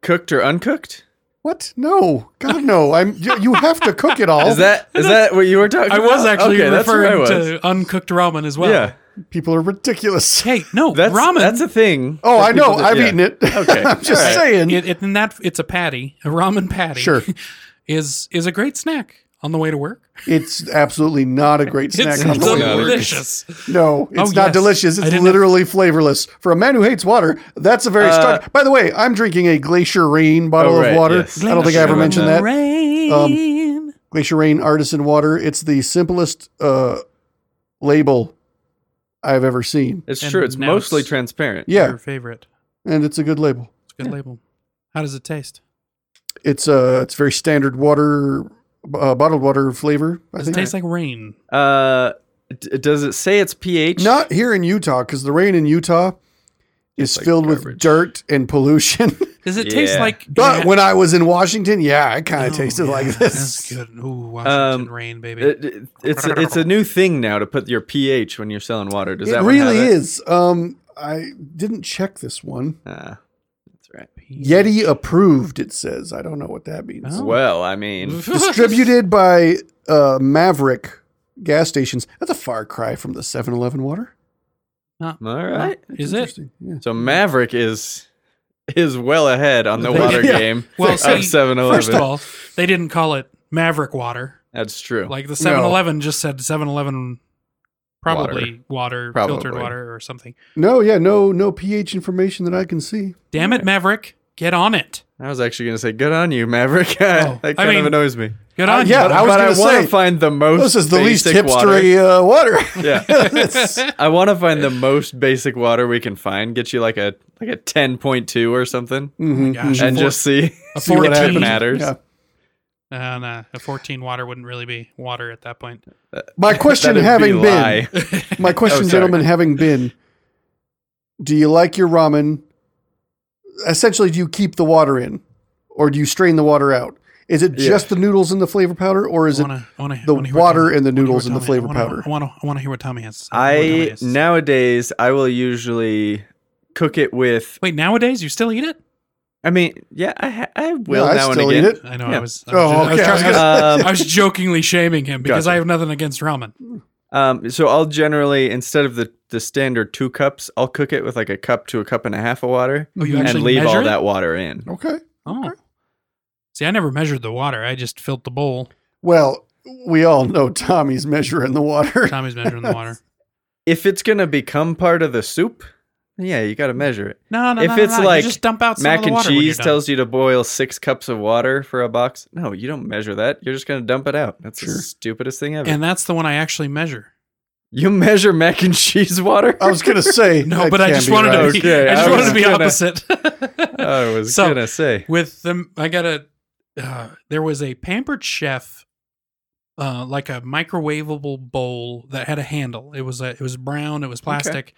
B: cooked or uncooked?
D: What? No, God no. I'm you, you have to cook it all.
B: Is that is that what you were talking?
C: I was
B: about?
C: actually
B: Okay, that's where I
C: referring
B: was.
C: to uncooked ramen as well.
B: Yeah,
D: People are ridiculous.
C: Hey, no
B: that's
C: ramen.
B: That's a thing.
D: Oh,
B: that
D: I know.
B: people do-
D: I've
B: yeah.
D: eaten it.
B: Okay,
D: I'm just
B: all right.
D: saying.
C: it, it, and that it's a patty, a ramen patty.
D: Sure.
C: is is a great snack on the way to work.
D: It's absolutely not a great snack.
C: It's
D: on the way to
B: not
D: work.
B: a-
C: delicious.
D: No, it's
C: Oh,
D: not
C: yes.
D: delicious.
C: I
D: It's
C: didn't-
D: literally flavorless. For a man who hates water, that's a very
B: Uh,
D: stark. By the way, I'm drinking a Glacier Rain bottle
B: Oh, right,
D: of water.
B: yes.
D: I don't think I ever
B: Glacier
D: mentioned
B: Rain.
D: that. Um, Glacier Rain Artisan Water. It's the simplest uh, label I've ever seen.
B: It's
C: And
B: true. It's
C: now
B: mostly
C: it's-
B: transparent.
D: Yeah,
C: Your favorite.
D: and it's a good label.
C: It's a good label. How does it taste?
D: It's uh, it's very standard water, uh, bottled water flavor. I
C: Does it
D: think.
C: taste like rain?
B: Uh, d- does it say it's pH?
D: Not here in Utah, because the rain in Utah is
B: Tastes like
D: filled with
B: garbage.
D: dirt and pollution.
C: Does it taste
B: Yeah.
C: like?
D: but
C: Yeah.
D: when I was in Washington, yeah, it kind
C: Oh,
D: of tasted
C: yeah,
D: like this.
C: That's good. Ooh, Washington
B: Um,
C: rain, baby.
B: It- it- it's a, it's a new thing now to put your pH when you're selling water. Does
D: it
B: that one have
D: really
B: it?
D: is. Um, I didn't check this one.
B: Ah, that's right.
D: Yeti approved. It says. I don't know what that means.
C: Oh.
B: Well, I mean,
D: Distributed by uh, Maverick gas stations. That's a far cry from the 7-Eleven water.
B: all right.
C: Is it?
D: Interesting. Yeah.
B: So Maverick is is well ahead on the
C: They-
B: water
D: yeah.
B: game
C: Well,
B: of
C: see,
B: 7-Eleven.
C: First of all, they didn't call it Maverick water.
B: that's true.
C: Like the 7 Eleven just said 7 Eleven, probably water,
B: Probably.
C: filtered water or something.
D: No, yeah, no, no pH information that I can see.
C: Damn it, Maverick. Get on it.
B: I was actually going to say, good on you, Maverick.
C: Oh,
B: that kind
C: I mean-
B: of annoys me.
C: Get
D: Uh,
C: on
D: yeah,
C: it.
D: I was
B: but I
D: gonna
B: wanna
D: say,
B: find the most.
D: This is the least
B: basic water.
D: hipstery uh, water.
B: Yeah, I want to find the most basic water we can find. Get you like a like a ten point two or something,
D: Mhm.
C: Gosh,
B: and
C: a
B: just see.
C: four- a
D: See what
C: 14.
D: happens.
B: matters.
D: Yeah.
C: Uh, nah, a 14 water wouldn't really be water at that point.
D: My question,
B: That'd be
D: having been,
B: lie. Oh,
D: my question,
B: sorry.
D: gentlemen, having been, do you like your ramen? Essentially, do you keep the water in, or do you strain the water out? Is it
B: Yeah.
D: just the noodles and the flavor powder, or is
C: I
D: it
C: wanna- I wanna- I
D: the
C: wanna hear what
D: water
C: Tommy-
D: and the
C: I wanna hear
D: noodles
C: what
D: and the
C: Tommy-
D: flavor
C: I wanna-
D: powder?
C: I want to. I want to hear what Tommy has. to say. What Tommy
B: I
C: has to say.
B: nowadays I will usually cook it with.
C: Wait, nowadays you still eat it?
B: I mean, yeah, I ha- I will
D: Yeah, I
B: now and
D: still
B: again.
D: eat it.
C: I know. I
B: Yeah.
C: was. I was
D: Oh,
C: just-
D: okay.
C: I was,
D: I
C: trying-
D: was
B: Um,
C: I was jokingly shaming him because
B: Gotcha.
C: I have nothing against ramen.
B: um, so I'll generally instead of the the standard two cups, I'll cook it with like a cup to a cup and a half of water,
C: Oh, you
B: and
C: actually
B: leave
C: measure
B: all
C: it?
B: that water in.
D: okay.
C: Oh, See, I never measured the water. I just filled the bowl.
D: Well, we all know Tommy's measuring the water.
C: Tommy's measuring the water.
B: If it's gonna become part of the soup, yeah, you gotta measure it.
C: No, no,
B: If
C: no, no,
B: it's
C: no, you
B: like
C: just dump out some of
B: Mac
C: the
B: and
C: water when you're
B: cheese
C: done.
B: tells you to boil six cups of water for a box. No, you don't measure that. You're just gonna dump it out. That's
D: Sure.
B: the stupidest thing ever.
C: and that's the one I actually measure.
B: you measure mac and cheese water?
D: I was gonna say
C: No,
D: that
C: but I
D: can't
C: just
D: be
C: wanted
D: right.
C: to be.
B: Okay,
C: I just
B: I
C: wanted to
B: was
C: be
B: gonna-
C: opposite.
B: I was
C: So-
B: gonna say.
C: with them i got a uh, there was a pampered chef uh, like a microwavable bowl that had a handle it was a, it was brown it was plastic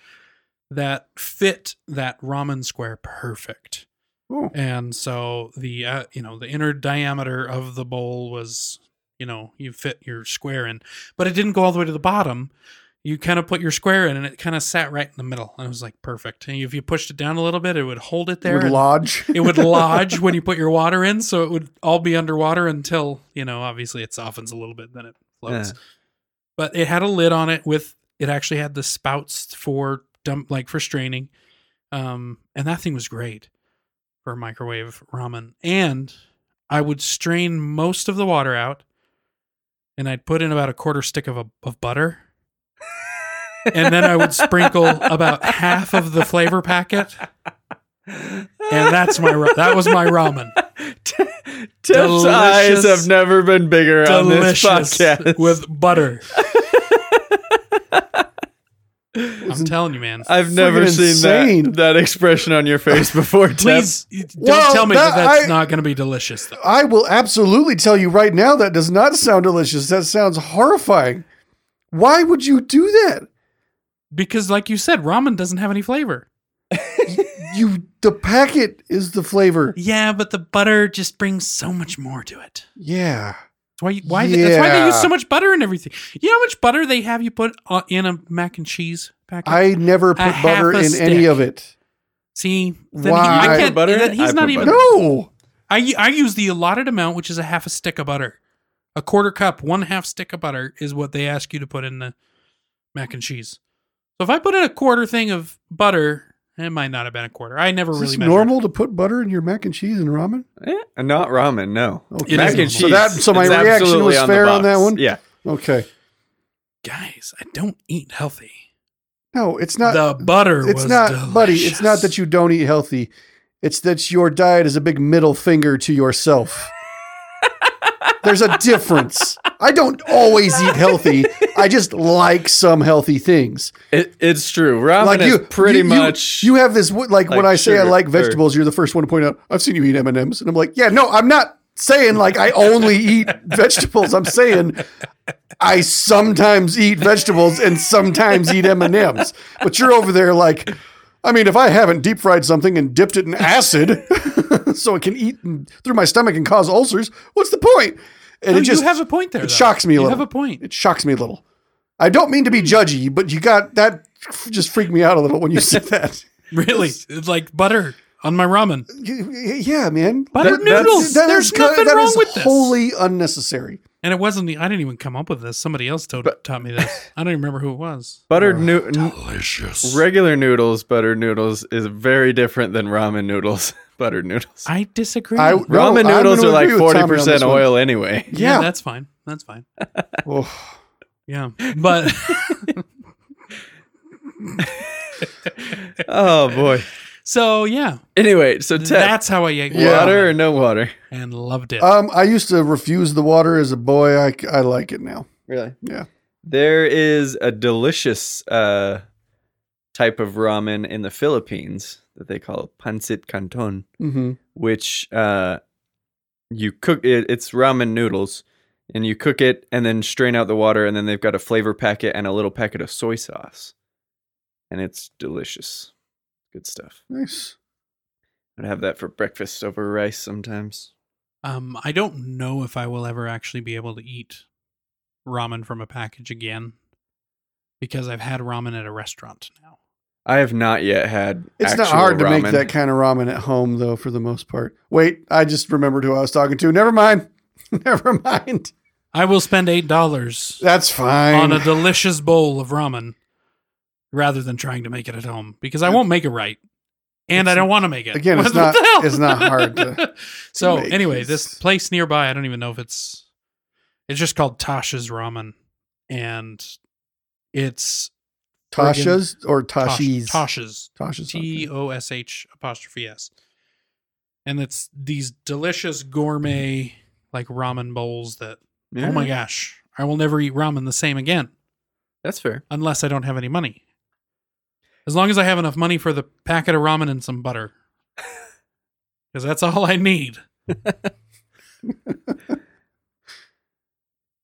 C: that fit that ramen square perfect
D: Ooh.
C: and so the uh, you know the inner diameter of the bowl was you know you fit your square in but it didn't go all the way to the bottom you kind of put your square in and it kind of sat right in the middle and it was like perfect and if you pushed it down a little bit it would hold it there
D: Would
C: and-
D: lodge.
C: it would lodge when you put your water in, so it would all be underwater until you know. Obviously, it softens a little bit, then it floats.
B: Yeah.
C: But it had a lid on it with it actually had the spouts for dump like for straining, um, and that thing was great for microwave ramen. And I would strain most of the water out, and I'd put in about a quarter stick of a, of butter. and then I would sprinkle about half of the flavor packet, and that's my ra- that was my ramen.
B: Tiff's eyes
C: Delicious.
B: have never been bigger on this
C: delicious
B: podcast.
C: with butter. I'm telling you, man.
B: I've never
D: Friggin'
B: seen
D: insane.
B: that, that expression on your face before, Tiff.
C: Please you- don't
D: Well,
C: tell me
D: that-
C: that, that's
D: I-
C: not going to be delicious, though.
D: I will absolutely tell you right now that does not sound delicious. That sounds horrifying. Why would you do that?
C: Because, like you said, ramen doesn't have any flavor.
D: You the packet is the flavor.
C: Yeah, but the butter just brings so much more to it.
D: Yeah.
C: That's why, you, why they- that's why they use
D: Yeah.
C: so much butter and everything. You know how much butter they have you put on- in a mac and cheese packet?
D: I never
C: A
D: put
C: half
D: butter
C: a
D: in
C: stick.
D: any of it.
C: See, then
D: Why?
C: He,
D: You
C: I
D: put
C: can't,
B: butter in
C: then
B: it?
C: he's
B: I
C: not
B: put
C: even.
B: butter.
D: No.
C: I, I use the allotted amount, which is a half a stick of butter. A quarter cup, one half stick of butter is what they ask you to put in the mac and cheese. So if I put in a quarter thing of butter, it might not have been a quarter. I never
D: Is
C: really
D: this
C: measured.
D: normal to put butter in your mac and cheese and ramen?
B: Eh, Not ramen, no.
D: Okay.
C: It is
B: Mac
C: normal.
B: and cheese.
D: So that so my
B: is
D: reaction
B: absolutely
D: was
B: on the
D: fair on that
B: box.
D: one.
B: Yeah.
D: Okay.
C: Guys, I don't eat healthy.
D: No, it's not
C: the butter
D: Uh, it's
C: was
D: not buddy, it's
C: delicious.
D: not that you don't eat healthy. It's that your diet is a big middle finger to yourself. There's a difference. I don't always eat healthy. I just like some healthy things.
B: It, it's true. Ramen
D: like
B: is pretty much.
D: you have this w- like,
B: like
D: when I say I
B: sugar,
D: like
B: or-
D: vegetables, you're the first one to point out. I've seen you eat M and M's, and I'm like, yeah, no, I'm not saying like I only eat vegetables. I'm saying I sometimes eat vegetables and sometimes eat M and M's. But you're over there like, I mean, if I haven't deep fried something and dipped it in acid, so it can eat and, through my stomach and cause ulcers, what's the point? And
C: No,
D: it just
C: you have a point there.
D: it
C: though.
D: shocks me a
C: You
D: little.
C: have a point.
D: it shocks me a little. I don't mean to be judgy, but you got that just freaked me out a little when you said that.
C: Really, it's like butter on my ramen.
D: yeah, man.
C: Butter
B: That- that's-
C: noodles.
D: is-
C: There's nothing
D: that
C: wrong
D: is
C: with this.
D: wholly unnecessary.
C: and it wasn't. The, I didn't even come up with this. Somebody else told, taught me this. I don't even remember who it was.
B: Buttered noo- n-
C: Delicious.
B: regular noodles, buttered noodles is very different than ramen noodles, buttered noodles.
C: I disagree.
D: I- No,
B: ramen
D: I'm
B: noodles
D: gonna
B: are like
D: agree with Tommy on
B: 40%
D: this one.
B: oil anyway.
C: yeah,
D: Yeah.
C: that's fine. That's fine.
D: Oh,
C: Yeah, but
B: Oh, boy.
C: so yeah,
B: Anyway, so Ted,
C: that's how I ate
B: water
C: water
B: or no water?
C: and loved it.
D: um, I used to refuse the water as a boy. I, I like it now.
B: Really?
D: Yeah.
B: There is a delicious uh, type of ramen in the Philippines that they call pancit canton,
D: Mm-hmm.
B: which uh, you cook. It, it's ramen noodles, and you cook it, and then strain out the water, and then they've got a flavor packet and a little packet of soy sauce, and it's delicious. Good stuff.
D: Nice.
B: I'd have that for breakfast over rice sometimes.
C: um, I don't know if I will ever actually be able to eat ramen from a package again because I've had ramen at a restaurant now.
B: I have not yet had.
D: It's not
B: actual
D: hard to make
B: ramen.
D: that kind of ramen at home, though, for the most part. Wait, I just remembered who I was talking to. Never mind. Never mind.
C: I will spend eight dollars
D: That's
C: on
D: fine.
C: a delicious bowl of ramen rather than trying to make it at home because I won't make it right. and I
D: It's-
C: don't want to make it.
D: again,
C: What
D: it's
C: the
D: not-
C: hell?
D: it's not hard to-
C: so
D: make
C: anyway,
D: these.
C: this place nearby, I don't even know if it's. It's just called Tasha's Ramen, and it's friggin-
D: Tasha's or
C: Tosh-
D: Tashi's?
C: Tasha's
D: Tasha's.
C: T O S H apostrophe S. And it's these delicious gourmet like ramen bowls that
B: Yeah,
C: oh my gosh, I will never eat ramen the same again
B: that's fair.
C: unless I don't have any money. As long as I have enough money for the packet of ramen and some butter. Cuz that's all I need.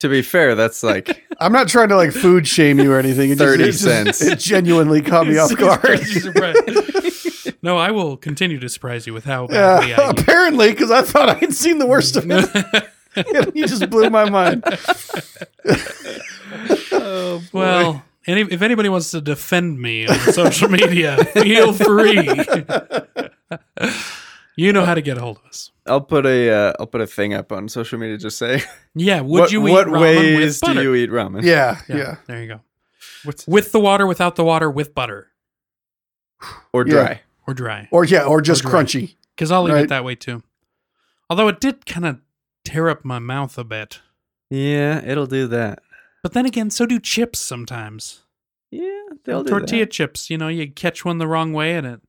B: To be fair, that's like
D: I'm not trying to like food shame you or anything. It just-
B: 30
D: it just-
B: cents.
D: It genuinely caught me off guard.
C: Surprise. no, I will continue to surprise you with how badly
D: Yeah, apparently, because I thought I'd seen the worst of it.
C: I eat.
D: you just blew my mind.
C: Well, any, if anybody wants to defend me on social media, feel free. you know how to get a hold of us.
B: I'll put a uh, I'll put a thing up on social media just saying
C: Yeah, would
B: what,
C: you eat
B: what
C: ramen
B: ways
C: with
B: do
C: butter?
B: you eat ramen?
D: Yeah,
C: Yeah,
D: yeah.
C: there you go.
B: What's-
C: with the water, without the water, with butter
B: Or
D: Yeah.
B: dry.
C: or dry?
D: Or yeah, or just
C: Or dry.
D: crunchy.
C: Because I'll eat it
D: Right.
C: that way too. Although it did kind of tear up my mouth a bit.
B: Yeah, it'll do that.
C: But then again, so do chips sometimes.
B: Yeah, they'll do
C: Tortilla
B: that.
C: chips, you know, you catch one the wrong way and it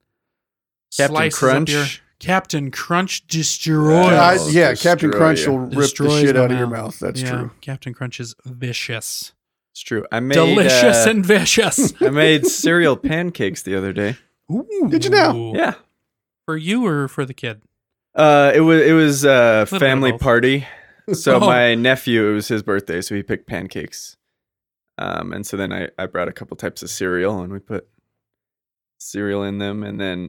B: Captain
C: slices
B: Crunch.
C: Up your, Captain Crunch destroys.
D: I-
B: Oh,
D: yeah, Captain
B: destroy
D: Crunch
B: you.
D: will rip
C: Destroys
D: the shit
C: my
D: out of your
C: mouth.
D: mouth. That's
C: Yeah,
D: true.
C: Captain Crunch is vicious,
B: It's true. I made
C: delicious,
B: uh,
C: and vicious.
B: I made cereal pancakes the other day.
C: Ooh.
D: Did you know?
B: Yeah.
C: For you or for the kid?
B: Uh, it was it was a
C: bit of
B: family
C: both.
B: party. So
C: Oh.
B: my nephew, it was his birthday, so he picked pancakes. Um, and so then I, I brought a couple types of cereal and we put cereal in them, and then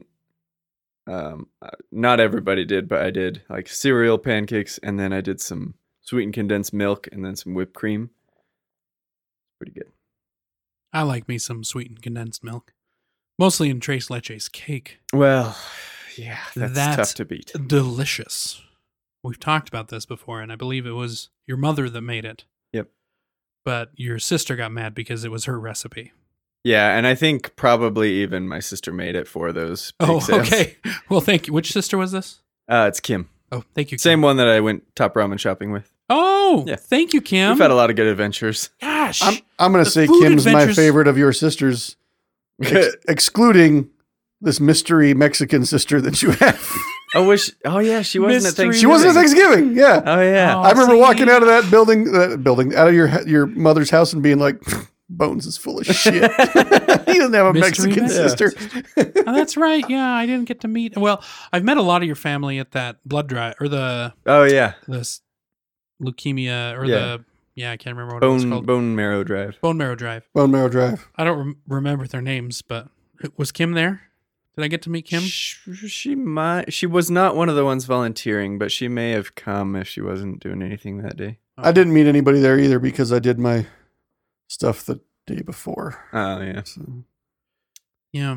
B: um, uh, not everybody did, but I did like cereal pancakes, and then I did some sweetened condensed milk, and then some whipped cream. Pretty good.
C: I like me some sweetened condensed milk, mostly in Trace Leches cake.
B: Well, yeah, that's,
C: That's-
B: tough to beat.
C: Delicious. We've talked about this before, and I believe it was your mother that made it.
B: Yep.
C: But your sister got mad because it was her recipe.
B: Yeah, and I think probably even my sister made it for those. bake
C: Oh,
B: sales.
C: okay. Well, thank you. Which sister was this?
B: Uh, it's Kim.
C: Oh, thank you. Kim.
B: Same one that I went top ramen shopping with.
C: Oh,
B: Yeah.
C: thank you, Kim.
B: We've had a Um, lot of good adventures.
C: Gosh.
D: I'm I'm gonna
C: The
D: say
C: food
D: Kim's my
C: adventures-
D: favorite of your sisters, ex- excluding this mystery Mexican sister that you have.
B: oh, wish. Oh yeah, she wasn't at
C: Mystery
B: Thanksgiving.
D: she wasn't at Thanksgiving. Yeah.
B: Oh yeah.
C: Oh.
D: I remember
C: see.
D: walking out of that building, that building, out of your he- your mother's house, and being like, "Bones is full of shit." he
C: Oh.
D: doesn't have a
C: Mystery
D: Mexican
C: Mexican
D: sister.
C: oh, that's right. Yeah, I didn't get to meet. Well, I've met a lot of your family at that blood drive or the
B: Oh yeah.
C: the s- leukemia or
B: Yeah.
C: the yeah, I can't remember what it was
B: Bone
C: called.
B: bone marrow drive.
C: Bone marrow drive.
D: Bone Marrow Drive.
C: I don't rem- remember their names, but was Kim there? Did I get to meet Kim?
B: She, she might. She was not one of the ones volunteering, but she may have come if she wasn't doing anything that day.
D: I didn't meet anybody there either because I did my stuff the day before.
B: Oh yeah.
D: So.
C: Yeah.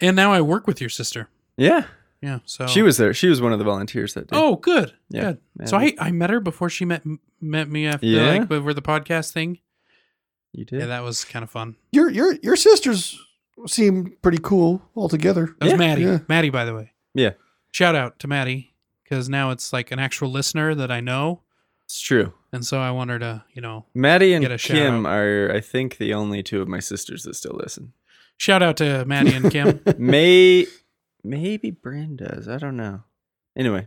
C: And now I work with your sister.
B: Yeah.
C: Yeah. So
B: She was there. She was one of the volunteers that day.
C: Oh, good.
B: Yeah.
C: Good.
B: Man,
C: So I, I met her before she met met me after
B: Yeah.
C: like over the podcast thing.
B: You did.
C: Yeah, that was kind of fun.
D: Your your your sisters seem pretty cool altogether.
C: That was
B: Yeah.
C: Maddie.
D: Yeah.
C: Maddie, by the way.
B: Yeah.
C: Shout out to Maddie because now it's like an actual listener that I know,
B: it's true.
C: and so I want her to, you know,
B: Maddie and
C: Get a shout
B: Kim are, I think, the only two of my sisters that still listen.
C: shout out to Maddie and Kim.
B: May, maybe Brenda's. I don't know. Anyway,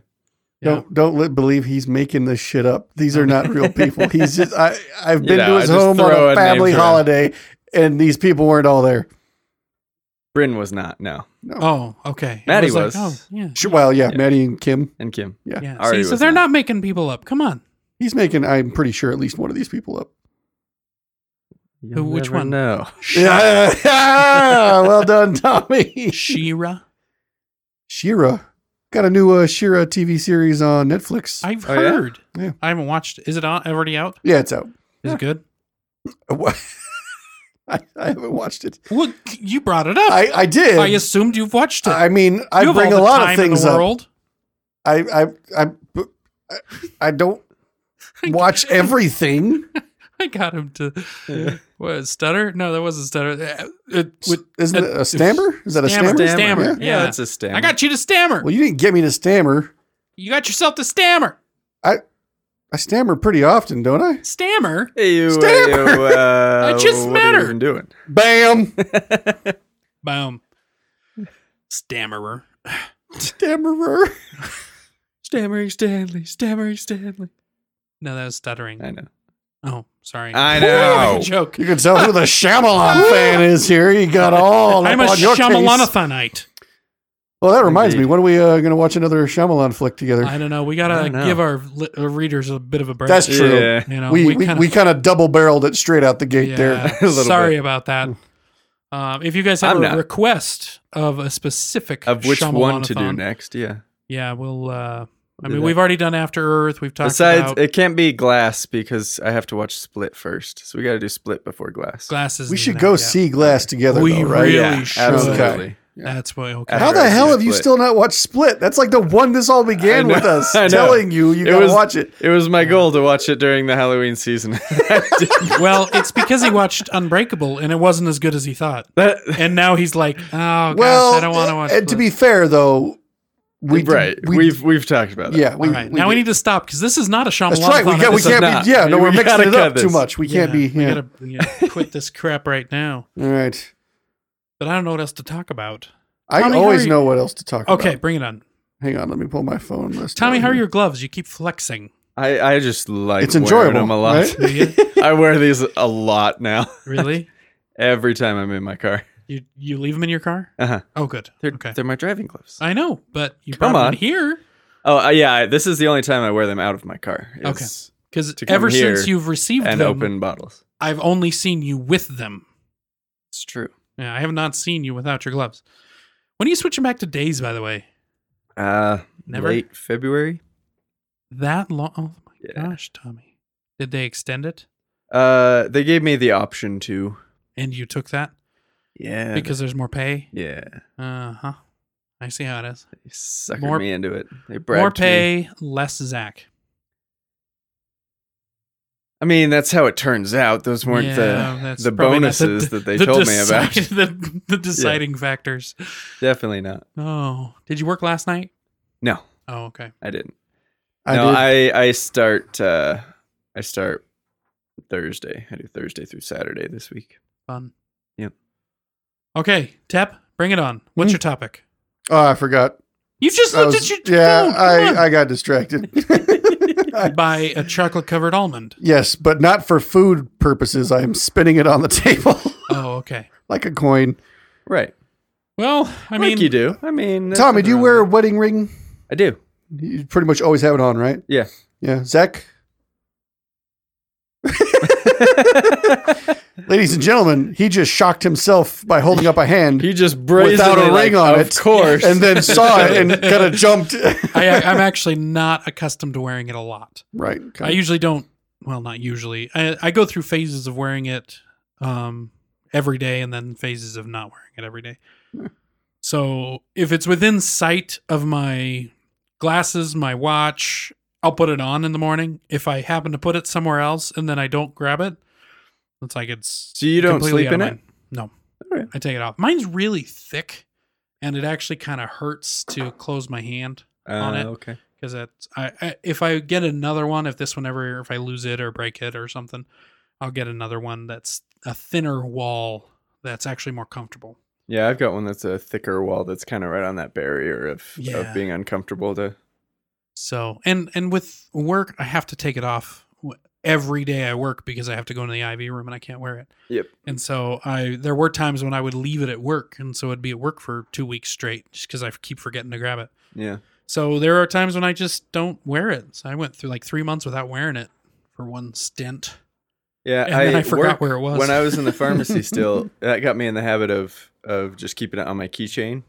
C: Yeah.
D: Don't don't let, believe he's making this shit up. These are not real people. He's just I I've
B: You
D: been
B: know,
D: to his
B: I just
D: home on
B: throw
D: a
B: in
D: family
B: names around.
D: holiday, and these people weren't all there.
B: Bryn was not. No,
C: Oh, okay. It
B: Maddie was.
C: Like, oh, yeah.
D: Sh- Well, yeah, Maddie and Kim.
B: and Kim.
D: Yeah.
C: Yeah.
B: Ari
C: See, so
B: was
C: they're
B: not.
C: not. making people up. Come on.
D: he's making. I'm pretty sure at least one of these people up.
C: Who- which one?
B: No.
D: Yeah, well done, Tommy.
C: Shira.
D: Shira got a new uh, Shira TV series on Netflix.
C: I've
B: Oh, yeah?
C: heard.
D: Yeah.
C: I haven't watched. Is it on, already out?
D: yeah, it's out.
C: Is
D: Yeah.
C: it good?
D: I, I haven't watched it.
C: Well, c- you brought it up. I,
D: I I did. I,
C: assumed you've watched it.
D: mean,
C: You
D: I
C: have
D: bring
C: all
D: a
C: the
D: lot
C: time
D: of
C: in
D: things
C: the
D: up.
C: world.
D: I I I I, I don't watch everything.
C: I got him to what stutter? No, that wasn't stutter. Uh, it-
D: With, isn't it a stammer? Is that a
C: Stammer.
D: stammer?
C: Stammer.
D: Yeah.
B: Yeah,
C: Yeah.
B: it's a stammer.
C: I got you to stammer.
D: Well, you didn't get me to stammer.
C: You got yourself to stammer.
D: I stammer pretty often, don't I?
C: Stammer.
B: Hey, you,
D: Stammer.
B: hey, you, uh,
C: I just
B: what
C: met
B: Are
C: her.
B: you even doing?
D: Bam!
C: Boom. Stammerer.
D: Stammerer.
B: Stammering Stanley. Stammering Stanley.
C: No, that was stuttering.
B: I know.
C: Oh, sorry.
B: I
C: That
B: know.
C: was a joke.
D: You can tell who the Shyamalan fan is here. You got all.
C: I'm a
D: up on your case.
C: Shyamalanathonite.
D: Well, that reminds
B: Indeed.
D: me. When are we uh, going to watch another Shyamalan flick together?
C: I don't know. We gotta
B: I don't know.
C: give our, li- our readers a bit of a break.
D: That's true.
B: Yeah.
C: You know,
D: we we,
C: kinda-
D: we kind of double barreled it straight out the gate there.
B: a little
C: Sorry about that. Um, if you guys have
B: I'm
C: a
B: not.
C: request of a specific
B: Of which one to do
C: Shyamalanathon,
B: next? Yeah.
C: yeah, we'll. Uh, I
B: Do
C: mean,
B: that.
C: we've already done After Earth. We've talked
B: Besides,
C: about
B: it can't be Glass because I have to watch Split first. So we got to do Split before Glass.
C: glasses.
D: We
C: and
D: should
C: that,
D: go
C: yeah.
D: see Glass together,
C: We
D: though, right?
C: really
B: yeah,
C: should.
B: absolutely.
C: That's what. Okay.
B: After
D: How the
B: Earth,
D: hell
B: yeah,
D: have you
B: Split.
D: still not watched Split? That's like the one this all began
B: know,
D: with us
B: I know.
D: telling you you
B: It
D: gotta
B: was-
D: watch it.
B: It was my goal to watch it during the Halloween season.
C: well, it's because he watched Unbreakable and it wasn't as good as he thought,
B: That-
C: and now he's like, "Oh
D: well,
C: gosh, I don't want to watch."
D: and to
C: Blue."
D: be fair though, we
B: right.
D: we,
B: We, have we've talked about that.
D: yeah we,
C: All right, now we need to stop because this is not a Shyamalan.
D: That's right. We, got, we
B: This is
D: can't
B: not-
D: be. Yeah, no,
B: we
D: we're mixing
B: gotta
D: it up
B: cut
D: too
B: this.
D: much. We can't be.
C: We
D: yeah.
C: gotta you know, quit this crap right now.
D: All right.
C: But I don't know what else to talk about.
D: I
C: Tommy, how are
D: always
C: you-
D: know what else to talk about.
C: Okay, bring it on.
D: Hang on. Let me pull my phone list. down
C: Tommy,
B: Um,
C: how are
D: here.
C: your gloves? You keep flexing.
B: I, I just like
D: It's
B: wearing
D: enjoyable,
B: them a lot.
D: right?
C: Do you?
B: I wear these a lot now.
C: Really?
B: Every time I'm in my car.
C: You you leave them in your car?
B: Uh-huh.
C: Oh, good.
B: They're,
C: okay.
B: they're my driving gloves.
C: I know, but you
B: Come
C: brought them
B: on.
C: here
B: Oh uh, yeah, I, this is the only time I wear them out of my car.
C: Okay.
B: is
C: because
B: To come
C: ever
B: here
C: since you've received
B: and
C: them,
B: open bottles.
C: I've only seen you with them.
B: It's true.
C: Yeah, I have not seen you without your gloves. When are you switching back to days? By the way,
B: Uh,
C: Never?
B: late February.
C: that long? Oh my
B: Yeah.
C: gosh, Tommy! Did they extend it?
B: Uh, they gave me the option to.
C: And you took that
B: Yeah.
C: because there's more pay.
B: yeah,
C: Uh huh. I see how it is.
B: they suckered
C: More-
B: me into it. They
C: more
B: bribed me.
C: pay, less Zach.
B: I mean, that's how it turns out. Those weren't
C: Yeah,
B: the
C: that's
B: the
C: probably not the-
B: bonuses that they
C: the
B: told me
C: decide-
B: about.
C: the, the deciding factors.
B: Definitely not.
C: Oh, did you work last night?
B: No,
C: Oh, okay.
B: I didn't.
D: I
B: no,
D: did.
B: I I start uh, I start Thursday. I do Thursday through Saturday this week.
C: Fun.
B: Yep. Hmm.
C: Okay, Tap, bring it on. What's your topic?
D: oh, I forgot.
C: You just
D: I
C: looked
D: was-
C: at your
D: yeah,
C: phone, come
D: I,
C: on.
D: I got distracted. I-
C: buy a chocolate covered almond.
D: yes, but not for food purposes. I am spinning it on the table
C: Oh, okay.
D: like a coin.
B: Right.
C: Well, I
B: like
C: mean,
B: you do. I mean,
D: Tommy, do you wear a wedding ring?
B: I do.
D: You pretty much always have it on, right?
B: Yeah.
D: Yeah. Zach, ladies and gentlemen, he just shocked himself by holding up a hand
B: he just brazenly
D: without a
B: like,
D: ring on
B: of
D: it.
B: course.
D: And then saw it and kind of jumped.
C: I, I'm actually not accustomed to wearing it a lot.
D: right.
C: I usually don't. Well, not usually. I, I go through phases of wearing it um, every day, and then phases of not wearing it every day.
B: Hmm.
C: So if it's within sight of my glasses, my watch, I'll put it on in the morning. If I happen to put it somewhere else and then I don't grab it, it's like it's.
B: So you don't
C: completely
B: sleep
C: out of
B: in it?
C: mine. No,
B: Alright.
C: I take it off. Mine's really thick, and it actually kind of hurts to close my hand on it.
B: Uh, Okay.
C: because that's I, I if I get another one, if this one ever if I lose it or break it or something, I'll get another one that's a thinner wall that's actually more comfortable.
B: Yeah, I've got one that's a thicker wall that's kind of right on that barrier of,
C: Yeah.
B: of being uncomfortable to.
C: So and and with work, I have to take it off w- every day I work because I have to go into the IV room and I can't wear it.
B: Yep.
C: And so I there were times when I would leave it at work, and so I'd be at work for two weeks straight just because I keep forgetting to grab it.
B: Yeah.
C: So there are times when I just don't wear it. So I went through like three months without wearing it for one stint.
B: Yeah.
C: And then I forgot where it was.
B: When I was in the pharmacy still, that got me in the habit of of just keeping it on my keychain.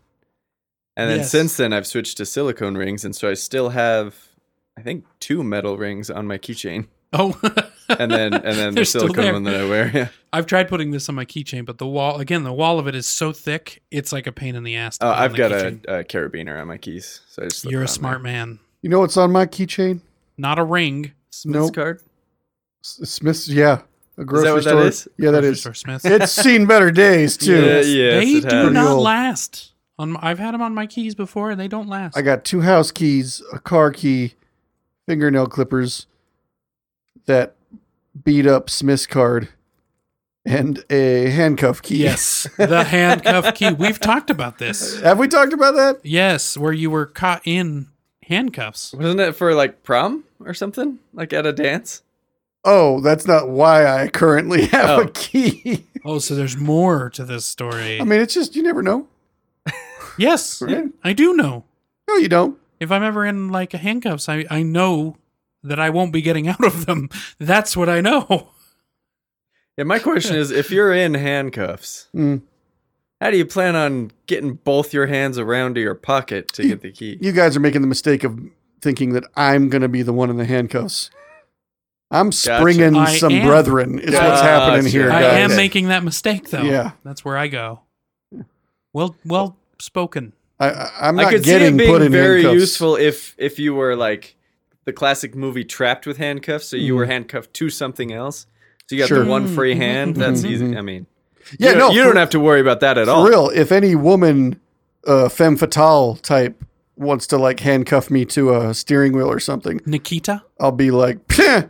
B: And then
C: Yes.
B: since then, I've switched to silicone rings. And so I still have, I think, two metal rings on my keychain.
C: Oh,
B: And then, and then the
C: They're still
B: silicone
C: there.
B: one that I wear. Yeah.
C: I've tried putting this on my keychain, but the wall again, the wall of it is so thick, it's like a pain in the ass. to
B: Oh,
C: put on
B: I've
C: the
B: got a,
C: keychain.
B: a carabiner on my keys. So I just slip
C: You're
B: it
C: a
B: on there.
C: smart man.
D: you know what's on my keychain?
C: Not a ring.
B: Smith's
D: Nope.
B: card.
D: S- Smith's. Yeah. A
B: what
D: grocery
B: that
D: store.
B: is?
D: Yeah, that
C: Grocery
D: is.
C: store Smiths.
D: it's seen better days too.
B: Yeah, yes,
C: they
B: it
C: do
B: has.
C: not
D: Real-
C: last. On my, I've had them on my keys before, and they don't last.
D: I got two house keys, a car key, fingernail clippers, that beat up Smith's card, and a handcuff key.
C: yes, the handcuff key. We've talked about this.
D: Have we talked about that?
C: Yes, where you were caught in handcuffs.
B: Wasn't it for like prom or something? Like at a dance?
D: Oh, that's not why I currently have
B: Oh.
D: a key.
C: Oh, so there's more to this story.
D: I mean, it's just you never know.
C: yes,
D: Right?
C: I do know.
D: No, you don't.
C: If I'm ever in like a handcuffs, I, I know that I won't be getting out of them. That's what I know.
B: Yeah, my question is if you're in handcuffs,
D: Mm.
B: how do you plan on getting both your hands around to your pocket to get the key?
D: You guys are making the mistake of thinking that I'm going to be the one in the handcuffs. I'm springing
C: I
D: some
C: am.
D: brethren. Is what's happening
B: Gotcha.
D: here,
C: I
D: guys.
C: am making that mistake though.
D: Yeah.
C: That's where I go. Well well spoken.
D: I, I- I'm
B: I
D: not
B: could see
D: getting
B: it being
D: put in
B: very
D: handcuffs.
B: useful if if you were like the classic movie Trapped with handcuffs, so you were handcuffed to something else. So you got
D: Hmm. Sure.
B: the one free hand. That's
D: Mhm.
B: easy. I mean,
D: Yeah,
B: you,
D: no,
B: you
D: for-
B: don't have to worry about that at
D: For
B: all.
D: real, if any woman, uh, femme fatale type, wants to like handcuff me to a steering wheel or something,
C: Nikita?
D: I'll be like, "Pah,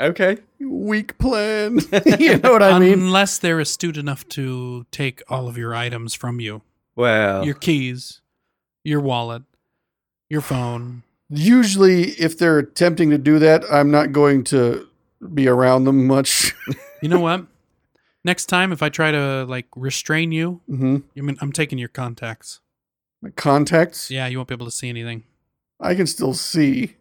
B: Okay.
D: weak plan. you know what I mean?
C: Unless they're astute enough to take all of your items from you.
B: Well,
C: Your keys, your wallet, your phone.
D: Usually, if they're attempting to do that, I'm not going to be around them much.
C: You know what? Next time if I try to like restrain you,
D: hmm
C: I mean I'm taking your contacts.
D: Contacts.
C: Yeah, you won't be able to see anything.
D: I can still see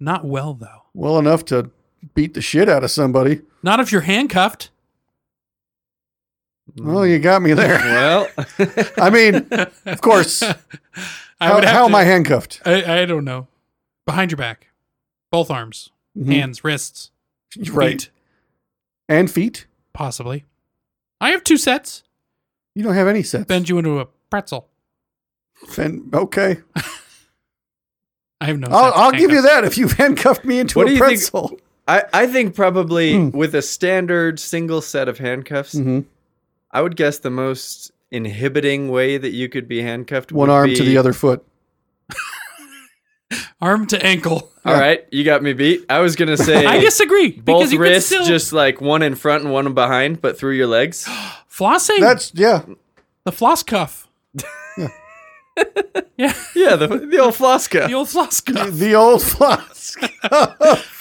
C: Not well though.
D: well enough to beat the shit out of somebody.
C: Not if you're handcuffed.
D: Well, you got me oh, there.
B: well,
D: I mean, of course.
C: I
D: how
C: would have
D: how am
C: to-
D: I handcuffed?
C: I, I don't know. Behind your back. Both arms,
D: Mhm.
C: hands, wrists,
D: right.
C: feet,
D: And feet.
C: possibly. I have two sets.
D: You don't have any sets.
C: Bend you into a pretzel.
D: Ben- okay.
C: I have no
D: I'll,
C: sets.
D: I'll give you
C: Handcuffs.
D: that if you've handcuffed me into
B: What do
D: a
B: you think-
D: pretzel.
B: I, I think probably
D: Hmm.
B: with a standard single set of handcuffs,
C: Mm-hmm.
D: Mhm.
B: I would guess the most inhibiting way that you could be handcuffed
D: One
B: would
D: arm to
B: be-
D: the other foot.
C: Arm to ankle.
B: All right, you got me beat. I was gonna say
C: I disagree. Because
B: both
C: you
B: wrists,
C: can still
B: just like one in front and one behind, but through your legs.
C: flossing.
D: That's yeah.
C: the floss cuff. yeah,
B: yeah, the, the old Floska.
C: the old floss cuff.
D: The old flask.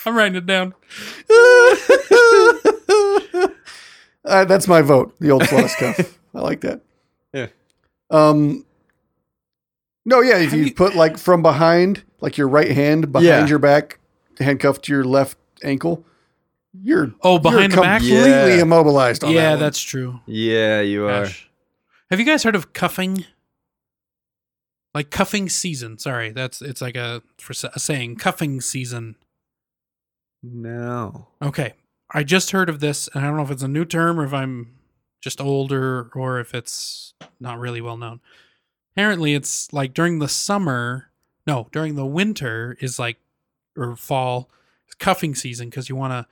C: I'm writing it down.
D: Uh, that's my vote. The old flask cuff. I like that.
B: Yeah.
D: Um. No, yeah. If you put like from behind, like your right hand behind
B: Yeah.
D: your back, handcuffed to your left ankle, you're
C: Oh, behind
D: you're
C: the back?
D: completely
B: Yeah.
D: immobilized. On
C: yeah,
D: that one.
C: that's true.
B: yeah, you are.
C: Gosh. Have you guys heard of cuffing? Like cuffing season. Sorry, that's it's like a for s- a saying cuffing season.
B: No.
C: Okay, I just heard of this, and I don't know if it's a new term or if I'm just older or if it's not really well known. Apparently, it's like during the summer. No, during the winter is like or fall it's cuffing season because you want to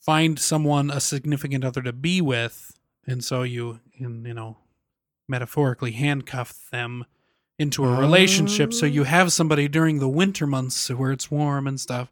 C: find someone a significant other to be with, and so you can you know metaphorically handcuff them into a relationship so you have somebody during the winter months where it's warm and stuff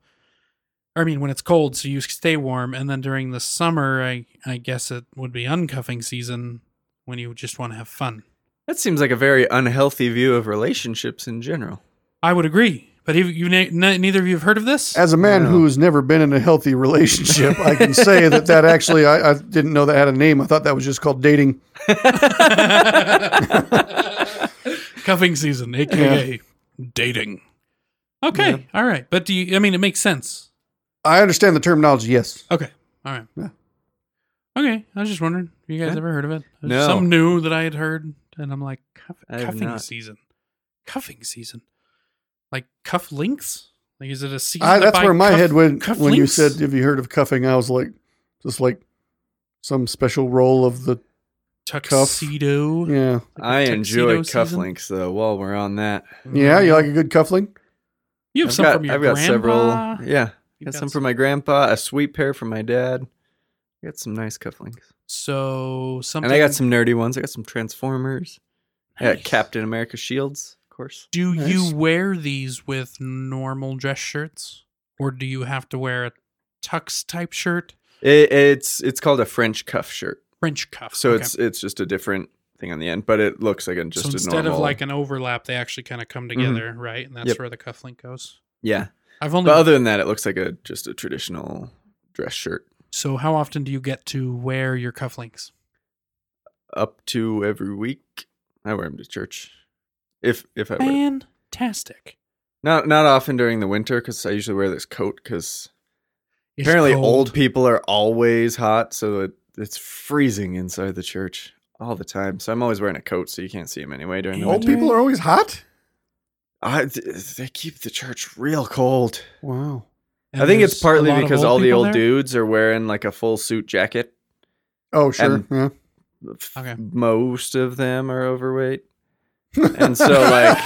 C: I mean, when it's cold, so you stay warm, and then during the summer, I I guess it would be uncuffing season when you just want to have fun.
B: That seems like a very unhealthy view of relationships in general.
C: I would agree, but have you ne- ne- neither of you have heard of this?
D: As a man
B: No.
D: who's never been in a healthy relationship, I can say that that actually, I, I didn't know that had a name. I thought that was just called dating.
C: cuffing season, aka dating. Okay, all right, but do you? I mean, it makes sense.
D: I understand the terminology, yes.
C: Okay, all right.
D: Yeah.
C: Okay, I was just wondering, have you guys
B: Yeah.
C: ever heard of it? There's
B: No.
C: Some new that I had heard, and I'm like, cuff-
B: I have
C: cuffing
B: not.
C: season, cuffing season, like cuff links. Like, is it a season?
D: I,
C: to
D: that's
C: buy
D: where my
C: cuff-
D: head went
C: cuff
D: when you
C: links?
D: said, Have you heard of cuffing? I was like, Just like some special role of the.
C: tuxedo.
D: Yeah.
C: like a
B: I enjoy
C: tuxedo season.
B: cufflinks though. While we're on that,
D: Yeah. You like a good cuffling?
C: Mm-hmm. You have
B: I've
C: some
B: got,
C: from your
B: I've got
C: grandpa.
B: several. Yeah,
C: You
B: got some for my grandpa, a sweet pair for my dad. I got some nice cufflinks.
C: So something.
B: And I got some nerdy ones. I got some Transformers. I
C: Nice.
B: got Captain America shields, of course.
C: Do
D: Nice.
C: you wear these with normal dress shirts, or do you have to wear a tux type shirt,
B: It, it's it's called a French cuff shirt.
C: French cuff?
B: So
C: okay.
B: it's it's just a different thing on the end, but it looks like a, just
C: so
B: a
C: instead
B: normal. Mm-hmm.
C: of like an overlap, they actually kind of come together, right? And that's
B: Yep.
C: where the cufflink goes.
B: yeah.
C: I've only
B: But other than that, it looks like a just a traditional dress shirt.
C: so how often do you get to wear your cufflinks?
B: Up to every week, I wear them to church. If if I wear
C: Fantastic.
B: not not often during the winter because I usually wear this coat because
C: It's
B: apparently
C: cold.
B: old people are always hot, so it, it's freezing inside the church all the time. So I'm always wearing a coat, so you can't see them anyway during the
D: Old
B: winter.
D: people are always hot.
B: I, th- they keep the church real cold.
D: Wow.
C: And
B: I think
C: there's
B: it's
C: a
B: partly
C: lot of
B: because all the
C: people
B: old
C: there?
B: dudes are wearing like a full suit jacket.
D: Oh sure.
B: And-
D: yeah.
B: F-
C: Okay.
B: Most of them are overweight. and so, like,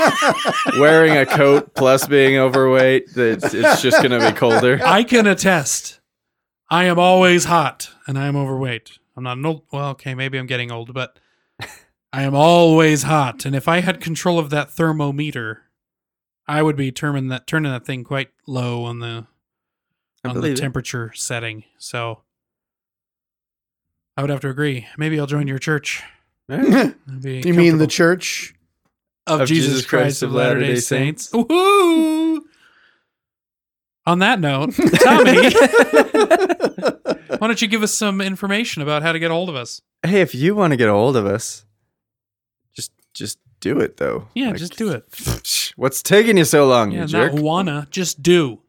B: Wearing a coat plus being overweight, it's, it's just going to be colder.
C: I can attest. I am always hot and I am overweight. I'm not an old. Well, okay, maybe I'm getting old, but I am always hot. And if I had control of that thermometer, I would be turning that turning that thing quite low on the
B: I
C: on the
B: believe it.
C: temperature setting. So I would have to agree. Maybe I'll join your church. I'd be
D: you mean the
C: comfortable.
D: church?
C: of, Jesus, Christ, of Latter Day
B: Latter-day
C: Saints? Woohoo! On that note, Tommy. Why don't you give us some information about how to get a hold of us?
B: hey, if you want to get a hold of us, just just do it though.
C: Yeah,
B: Like,
C: just do it.
B: What's taking you so long,
C: Yeah,
B: you jerk?
C: not wanna, just do.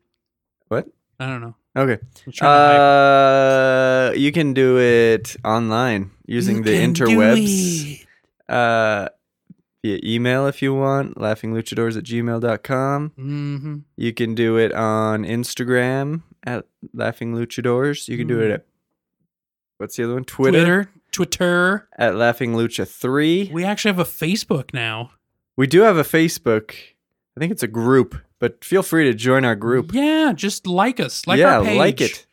B: What?
C: I don't know.
B: Okay.
C: I'm trying to hype.
B: Uh, you can do it online using the interwebs. Uh, via email if you want, laughingluchadors at gmail.com.
C: Mhm.
B: You can do it on Instagram at Laughing Luchadors. You can do it at what's the other one? Twitter,
C: Hmm. Twitter, Twitter.
B: at Laughing Lucha Three.
C: We actually have a Facebook now.
B: We do have a Facebook. I think it's a group, but feel free to join our group.
C: Yeah, just like us, like
B: yeah,
C: our page,
B: like it.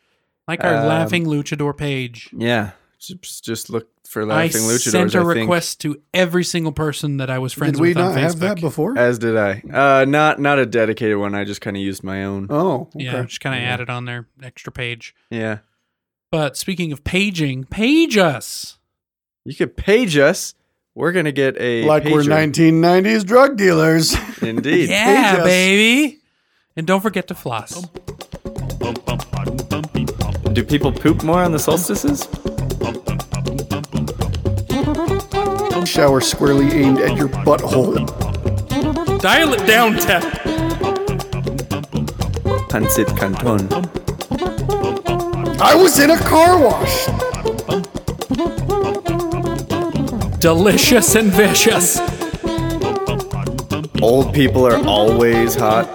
C: like our
B: Um,
C: laughing luchador page.
B: Yeah, just, just look for
C: I
B: laughing luchadors.
C: sent a
B: I think,
C: request to every single person that I was friends
D: Did we
C: with
D: not
C: on Facebook.
D: have that before?
B: as did I. Uh, not not a dedicated one. I just kind of used my own.
D: oh, okay.
C: Yeah, just kind of
B: Yeah.
C: added on there extra page.
B: Yeah,
C: But speaking of paging, page us.
B: you could page us. We're gonna get a
D: like we're
B: pager.
D: 1990s drug dealers.
B: Indeed.
C: Yeah,
D: Page us.
C: baby. And don't forget to floss.
A: bum bum bum bum bee, bum
B: Do people poop more on the solstices?
A: bum bum bum bum bum bum
D: Shower squarely aimed at your butthole.
C: Dial it down, Tep.
B: Pancit Canton.
D: I was in a car wash.
C: Delicious and vicious.
B: Old people are always hot.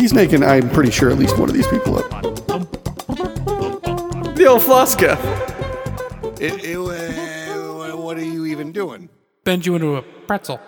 D: He's making, I'm pretty sure, at least one of these people up.
B: The old Flaska.
D: what are you even doing?
C: Bend you into a pretzel.